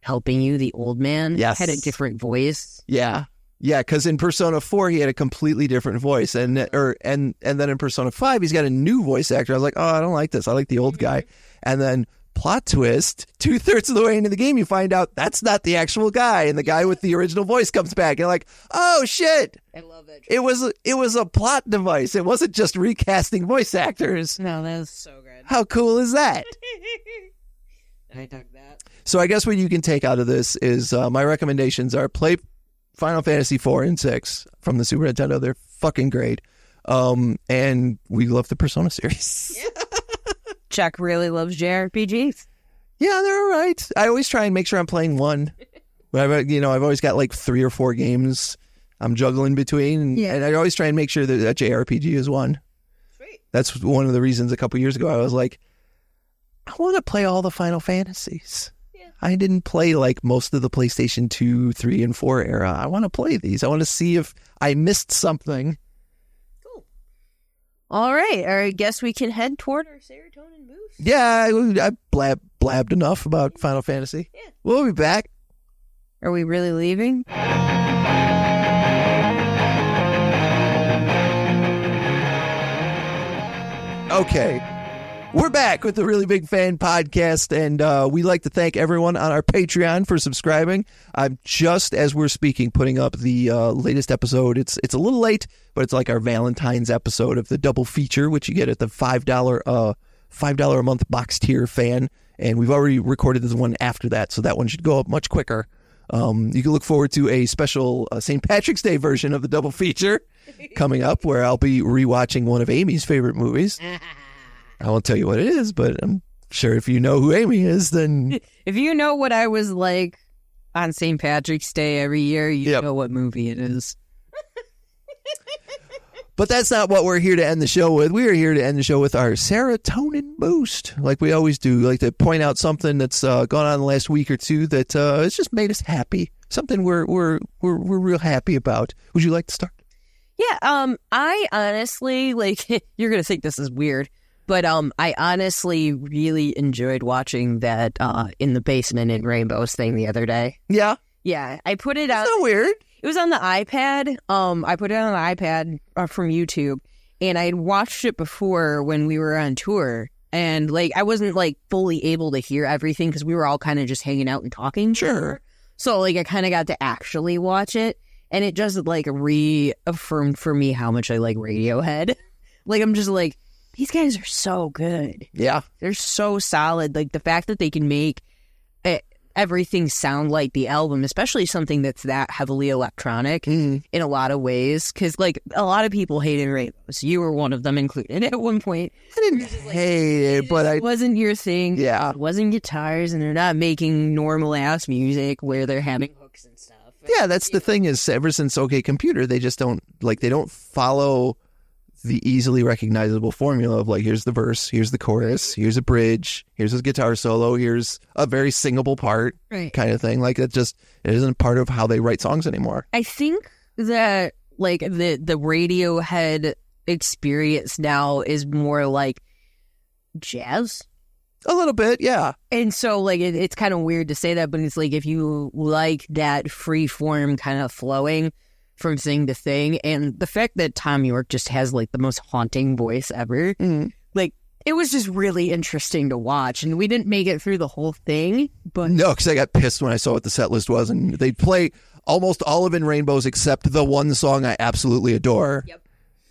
helping you, the old man,
Yes.
had a different voice.
Yeah, yeah. Because in Persona Four, he had a completely different voice, and uh, or and and then in Persona Five, he's got a new voice actor. I was like, oh, I don't like this. I like the old guy. And then plot twist: two thirds of the way into the game, you find out that's not the actual guy, and the guy with the original voice comes back. And like, oh shit,
I love that.
it was it was a plot device. It wasn't just recasting voice actors.
No, that was
so good.
How cool is that?
I dug that.
So I guess what you can take out of this is uh, my recommendations are play Final Fantasy four and six from the Super Nintendo. They're fucking great. Um, and we love the Persona series.
Chuck really loves JRPGs.
Yeah, they're all right. I always try and make sure I'm playing one. Whenever- you know, I've always got like three or four games I'm juggling between, and,
Yeah.
and I always try and make sure that a JRPG is one.
Sweet.
That's one of the reasons a couple years ago I was like, I want to play all the Final Fantasies.
Yeah.
I didn't play like most of the PlayStation 2, 3, and 4 era. I want to play these. I want to see if I missed something.
Cool.
All right. I guess we can head toward.
What our serotonin boost?
Yeah, I, I blab, blabbed enough about Final Fantasy.
Yeah.
We'll be back.
Are we really leaving?
Okay. We're back with the Really Big Fan podcast, and uh, we like to thank everyone on our Patreon for subscribing. I'm just as we're speaking putting up the uh, latest episode. It's it's a little late, but it's like our Valentine's episode of the double feature, which you get at the five dollar uh five dollar a month box tier fan. And we've already recorded the one after that, so that one should go up much quicker. Um, you can look forward to a special uh, St. Patrick's Day version of the double feature coming up, where I'll be rewatching one of Amy's favorite movies. I won't tell you what it is, but I'm sure if you know who Amy is, then
If you know what I was like on St. Patrick's Day every year, you
Yep.
know what movie it is.
But that's not what we're here to end the show with. We are here to end the show with our serotonin boost, like we always do. We like to point out something that's uh, gone on the last week or two that uh, has just made us happy. Something we're we're we're we're real happy about. Would you like to start?
Yeah, um, I honestly like you're gonna think this is weird, but um, I honestly really enjoyed watching that uh in the basement in Rainbows thing the other day.
Yeah,
Yeah, I put it out.
not weird.
It was on the iPad. Um, I put it on the iPad uh, from YouTube, and I had watched it before when we were on tour, and like I wasn't like fully able to hear everything because we were all kind of just hanging out and talking.
Sure.
So like I kind of got to actually watch it, and it just like reaffirmed for me how much I like Radiohead. Like I'm just like these guys are so good.
Yeah,
They're so solid. Like the fact that they can make eh, everything sound like the album, especially something that's that heavily electronic
mm.
in a lot of ways. Because like a lot of people hated Rainbows. You were one of them included at one point.
I didn't hate it, but I
It wasn't your thing.
yeah.
It wasn't guitars, and they're not making normal ass music where they're having
Hooks and stuff.
Yeah, that's the thing is ever since OK Computer, they just don't like they don't follow the easily recognizable formula of like here's the verse, here's the chorus, here's a bridge, here's a guitar solo, here's a very singable part
right.
kind of thing. Like that just it isn't part of how they write songs anymore.
I think that like the the Radiohead experience now is more like jazz.
A little bit, yeah.
And so like it, it's kind of weird to say that, but it's like if you like that free form kind of flowing from thing to thing and the fact that Tom York just has like the most haunting voice ever, it was just really interesting to watch and we didn't make it through the whole thing, but
No, because I got pissed when I saw what the set list was, and they play almost all of In Rainbows except the one song I absolutely adore.
Yep.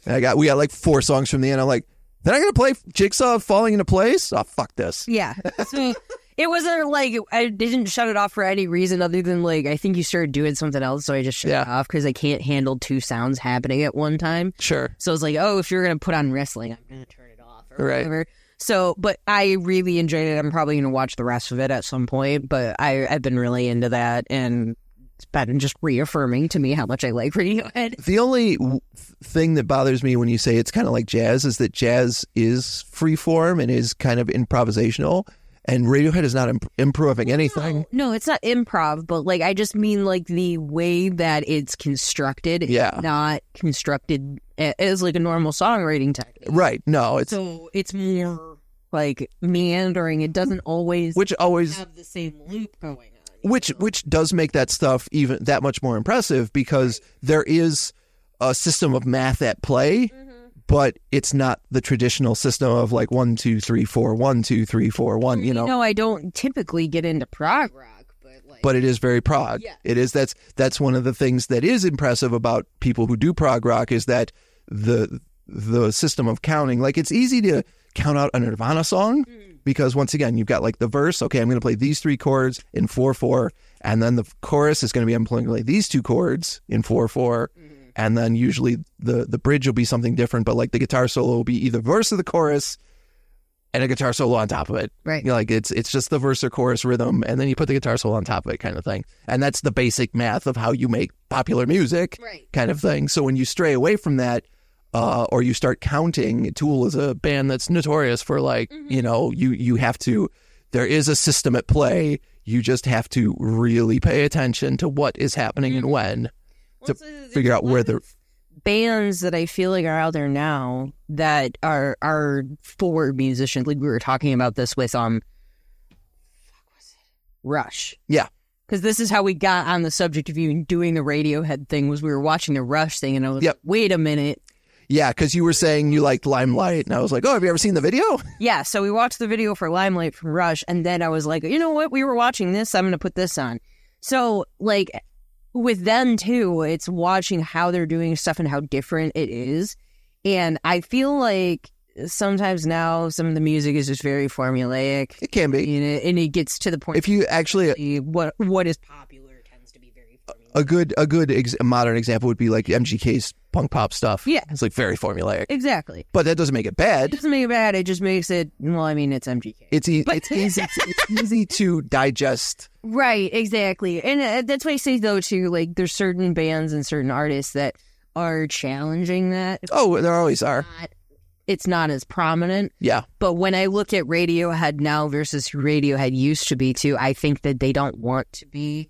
And I got we got like four songs from the end. I'm like, they're not gonna play Jigsaw Falling into Place. Oh fuck this.
Yeah. So it wasn't like I didn't shut it off for any reason other than like I think you started doing something else, so I just shut
Yeah.
it off because I can't handle two sounds happening at one time.
Sure.
So I was like, oh, if you're gonna put on wrestling, I'm
I'm gonna turn it off. Or
Right.
whatever. So, but I really enjoyed it. I'm probably gonna watch the rest of it at some point, but I I've been really into that and. It's been just reaffirming to me how much I like Radiohead.
The only w- thing that bothers me when you say it's kind of like jazz is that jazz is free form and is kind of improvisational, and Radiohead is not imp- improving anything.
No, it's not improv, but like I just mean like the way that it's constructed.
Yeah.
It's not constructed a- as like a normal songwriting technique.
Right? No, it's
So it's more like meandering. It doesn't always
which always
Have the same loop going on. you
which
know?
which does make that stuff even that much more impressive because there is a system of math at play,
Mm-hmm.
Mhm.
but it's not the traditional system of like one two three four one two three four one. You know,
No, I don't typically get into prog.
rock, but like.
but it is very prog.
Yeah.
It is that's that's one of the things that is impressive about people who do prog rock is that the the system of counting. Like it's easy to count out a Nirvana song
Mhm.
because once again you've got like the verse. Okay, I'm going to play these three chords in four four, and then the chorus is going to be I'm playing like these two chords in four four.
Mhm.
And then usually the the bridge will be something different, but like the guitar solo will be either verse of the chorus and a guitar solo on top of it.
Right.
You know, like it's it's just the verse or chorus rhythm, and then you put the guitar solo on top of it, kind of thing. And that's the basic math of how you make popular music,
Right.
kind of thing. So when you stray away from that, uh, or you start counting, Tool is a band that's notorious for like
Mhm.
you know you you have to. There is a system at play. You just have to really pay attention to what is happening and when.
Well,
to
so there's
figure
a
out where
lot
the-
of
bands that I feel like are out there now that are are for musicians. Like we were talking about this with um Rush.
Yeah.
Because this is how we got on the subject of you doing the Radiohead thing was we were watching the Rush thing and I was
Yep.
like, wait a minute.
Yeah, because you were saying you liked Limelight, and I was like, oh, have you ever seen the video?
Yeah, so we watched the video for Limelight from Rush, and then I was like, you know what? We were watching this. I'm going to put this on. So, like, with them too, it's watching how they're doing stuff and how different it is. And I feel like sometimes now some of the music is just very formulaic,
It can be.
and it, and it gets to the point.
If you actually
what what is
Popular tends to be very funny.
a good a good ex- modern example would be like MGK's punk pop stuff.
Yeah.
it's like very formulaic,
exactly?
but that doesn't make it
It
bad.
doesn't make it bad. It just makes it. Well, I mean, it's MGK.
It's, e-
But-
it's easy. It's easy to digest.
Right, exactly. And uh, that's why I say, though, too, like, there's certain bands and certain artists that are challenging that.
Oh, there always are.
Not, it's not as prominent.
Yeah,
But when I look at Radiohead now versus who Radiohead used to be, too, I think that they don't want to be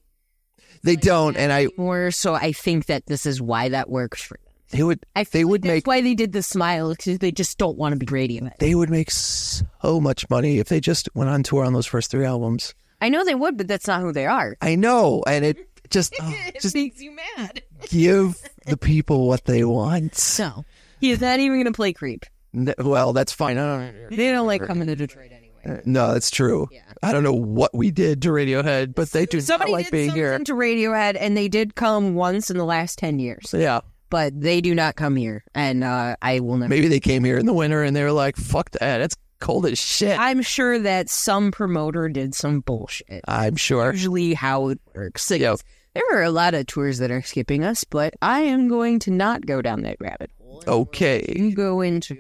they don't, and I
more. So I think that this is why that works for them.
they would
I
They
feel
would
like that's
make-
why they did the smile because they just don't want to be Radiohead.
they would make so much money if they just went on tour on those first three albums.
I know they would, but that's not who they are.
I know, and it just oh,
it
just
makes you mad.
give the people what they want.
So he's not even going to play Creep.
N- Well, that's fine. I don't-
They don't like coming to Detroit anyway.
No, that's true.
Yeah.
I don't know what we did to Radiohead, but they do
Somebody
not like
did
being
something
here.
to Radiohead, and they did come once in the last ten years,
yeah,
but they do not come here, and uh, I will never.
maybe they came here in the winter and they were like, "Fuck that! It's cold as shit." I,
I'm sure that some promoter did some bullshit.
am sure.
Usually, how it works. Like,
Yeah.
There are a lot of tours that are skipping us, but I am going to not go down that rabbit hole.
Okay.
You go into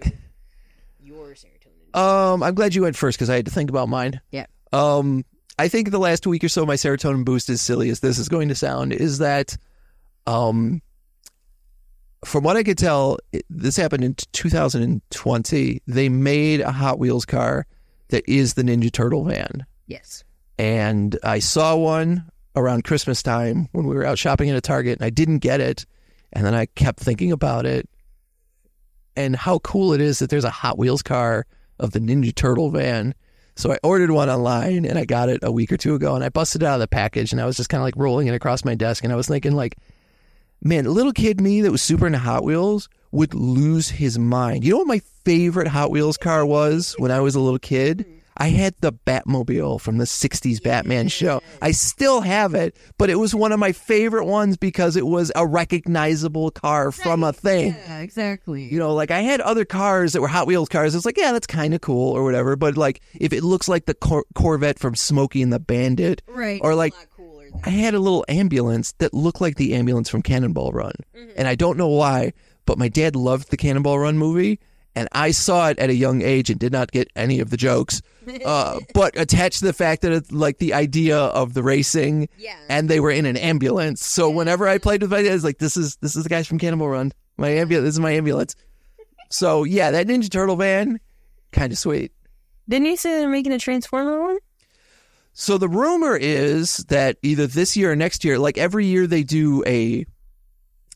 Your serotonin.
Um, I'm glad you went first because I had to think about mine.
Yeah.
Um, I think the last week or so, my serotonin boost, as silly as this is going to sound, is that, um, from what I could tell, it- this happened in 2020. They made a Hot Wheels car that is the Ninja Turtle van.
yes,
and I saw one around Christmas time when we were out shopping at a Target and I didn't get it. And then I kept thinking about it and how cool it is that there's a Hot Wheels car of the Ninja Turtle van. So I ordered one online and I got it a week or two ago and I busted it out of the package and I was just kind of like rolling it across my desk and I was thinking like, man, little kid me that was super into Hot Wheels would lose his mind. You know what my favorite Hot Wheels car was when I was a little kid? I had the Batmobile from the 60s Batman show. I still have it, but it was one of my favorite ones because it was a recognizable car from a thing.
yeah, exactly.
You know, like I had other cars that were Hot Wheels cars. It's like, yeah, that's kind of cool or whatever. But like, if it looks like the cor- Corvette from Smokey and the Bandit,
right?
or like
A lot cooler than
I had a little ambulance that looked like the ambulance from Cannonball Run. And I don't know why, but my dad loved the Cannonball Run movie. And I saw it at a young age and did not get any of the jokes, uh, but attached to the fact that it's like the idea of the racing
Yeah.
and they were in an ambulance. So whenever I played with my dad, I was like, this is, this is the guys from Cannonball Run. My ambulance, this is my ambulance. So yeah, that Ninja Turtle van, kind of sweet.
Didn't you say they're making a Transformer one?
So the rumor is that either this year or next year, like every year they do a,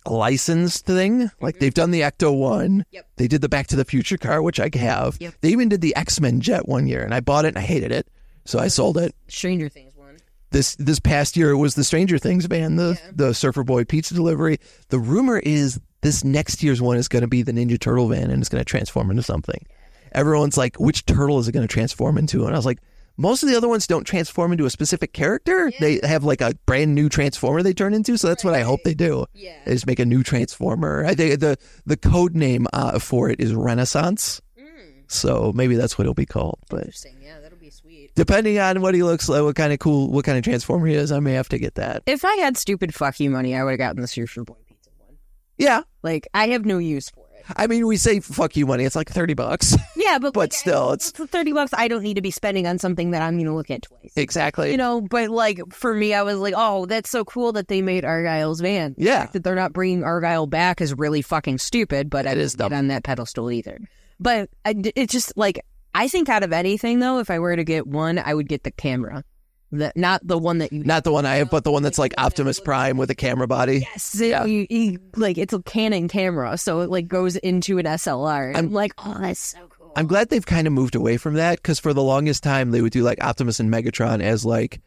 a licensed thing. Like they've done the Ecto one.
Yep.
They did the Back to the Future car, which I have.
Yep.
They even did the X Men jet one year, and I bought it and I hated it, so I sold it.
Stranger Things.
things one.
This this past year it was the Stranger Things van, the the Surfer Boy pizza delivery. The rumor is this next year's one is going to be the Ninja Turtle van, and it's going to transform into something. Everyone's like, which turtle is it going to transform into? And I was like, most of the other ones don't transform into a specific character. They have like a brand new transformer they turn into. So that's what I hope they do.
Yeah.
Is make a new transformer. I think the the code name uh, for it is Renaissance.
Mm,
So maybe that's what it'll be called. But
interesting. Yeah, that'll be sweet.
depending on what he looks like, what kind of cool, what kind of transformer he is, I may have to get that.
If I had stupid fuck you money, I would have gotten the Surfer Boy pizza one.
Yeah,
Like I have no use for it.
I mean, we say fuck you money. It's like thirty bucks.
Yeah, but
But
like,
still,
I-
it's-
for thirty bucks. I don't need to be spending on something that I'm going to look at twice.
exactly.
You know, but like for me, I was like, oh, that's so cool that they made Argyle's van. The
yeah,
fact that they're not bringing Argyle back is really fucking stupid. But I
It is
didn't get
dumb.
on that pedestal either. But I d it's just like I think out of anything though, if I were to get one, I would get the camera that not the one that you
Not the one I have, but the one that's like Optimus Prime with a camera body.
Yes, it- you, you- like it's a Canon camera, so it like goes into an SLR. And I'm, like, oh, that's so
So cool.
I'm glad they've kind of moved away from that because for the longest time they would do like Optimus and Megatron as like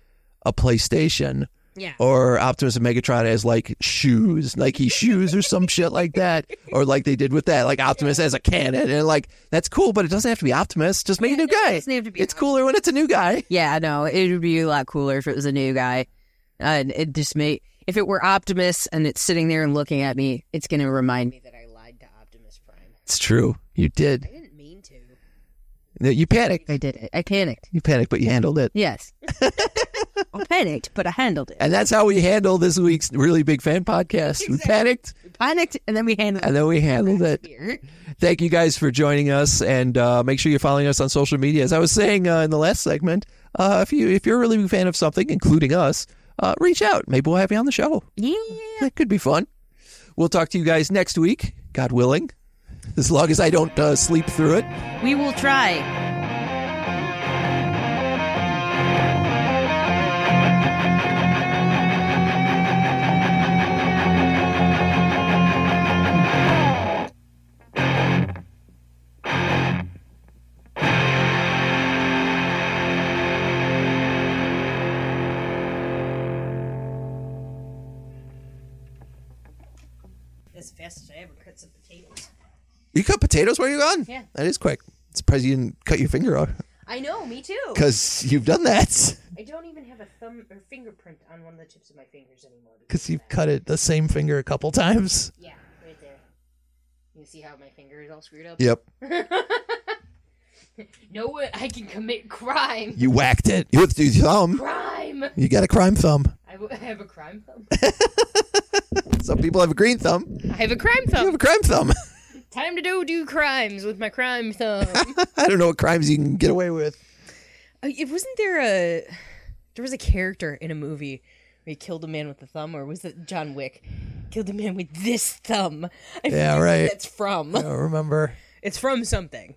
a PlayStation
yeah.
or Optimus and Megatron as like shoes, Nike shoes or some shit like that, or like they did with that, like Optimus as a cannon, and like that's cool, but it doesn't have to be Optimus. Just make a new guy.
doesn't have to be
It's cooler when it's a new guy.
yeah. No, it would be a lot cooler if it was a new guy, and it just made if it were Optimus and it's sitting there and looking at me, it's gonna remind me.
Me that I lied to Optimus Prime.
It's true. You
I
did.
didn't mean to.
You panicked.
I did it. I panicked.
You panicked, but you handled it.
Yes, I panicked, but I handled it.
And that's how we handle this week's really big fan podcast. We panicked
Panicked, and then we handled it.
and then we handled it.
Here.
Thank you guys for joining us, and uh, make sure you're following us on social media. As I was saying uh, in the last segment, uh, if you if you're a really big fan of something, including us, uh, reach out. Maybe we'll have you on the show.
Yeah.
That could be fun. We'll talk to you guys next week, God willing, as long as I don't uh, sleep through it.
We will try.
As fast as I ever cut some potatoes.
You cut potatoes while you're gone.
Yeah.
that is quick. Surprised you didn't cut your finger off
I know, me too.
because you've done that
I don't even have a thumb or fingerprint on one of the tips of my fingers anymore.
because you've cut it the same finger a couple times.
Yeah, right there. You see how my finger is all screwed up?
Yep,
No one, I can commit crime.
you whacked it. You have to do your thumb.
Crime.
You got a crime thumb.
I w- I have a crime thumb.
Some people have a green thumb.
I have a crime
You have
thumb.
a crime thumb.
Time to do do crimes with my crime thumb. Uh,
I don't know what crimes you can get away with.
it wasn't there a there was a character in a movie where he killed a man with a thumb, or was it John Wick? Killed a man with this thumb. I
Yeah,
forget what
right.
That's from.
I don't remember.
It's from something.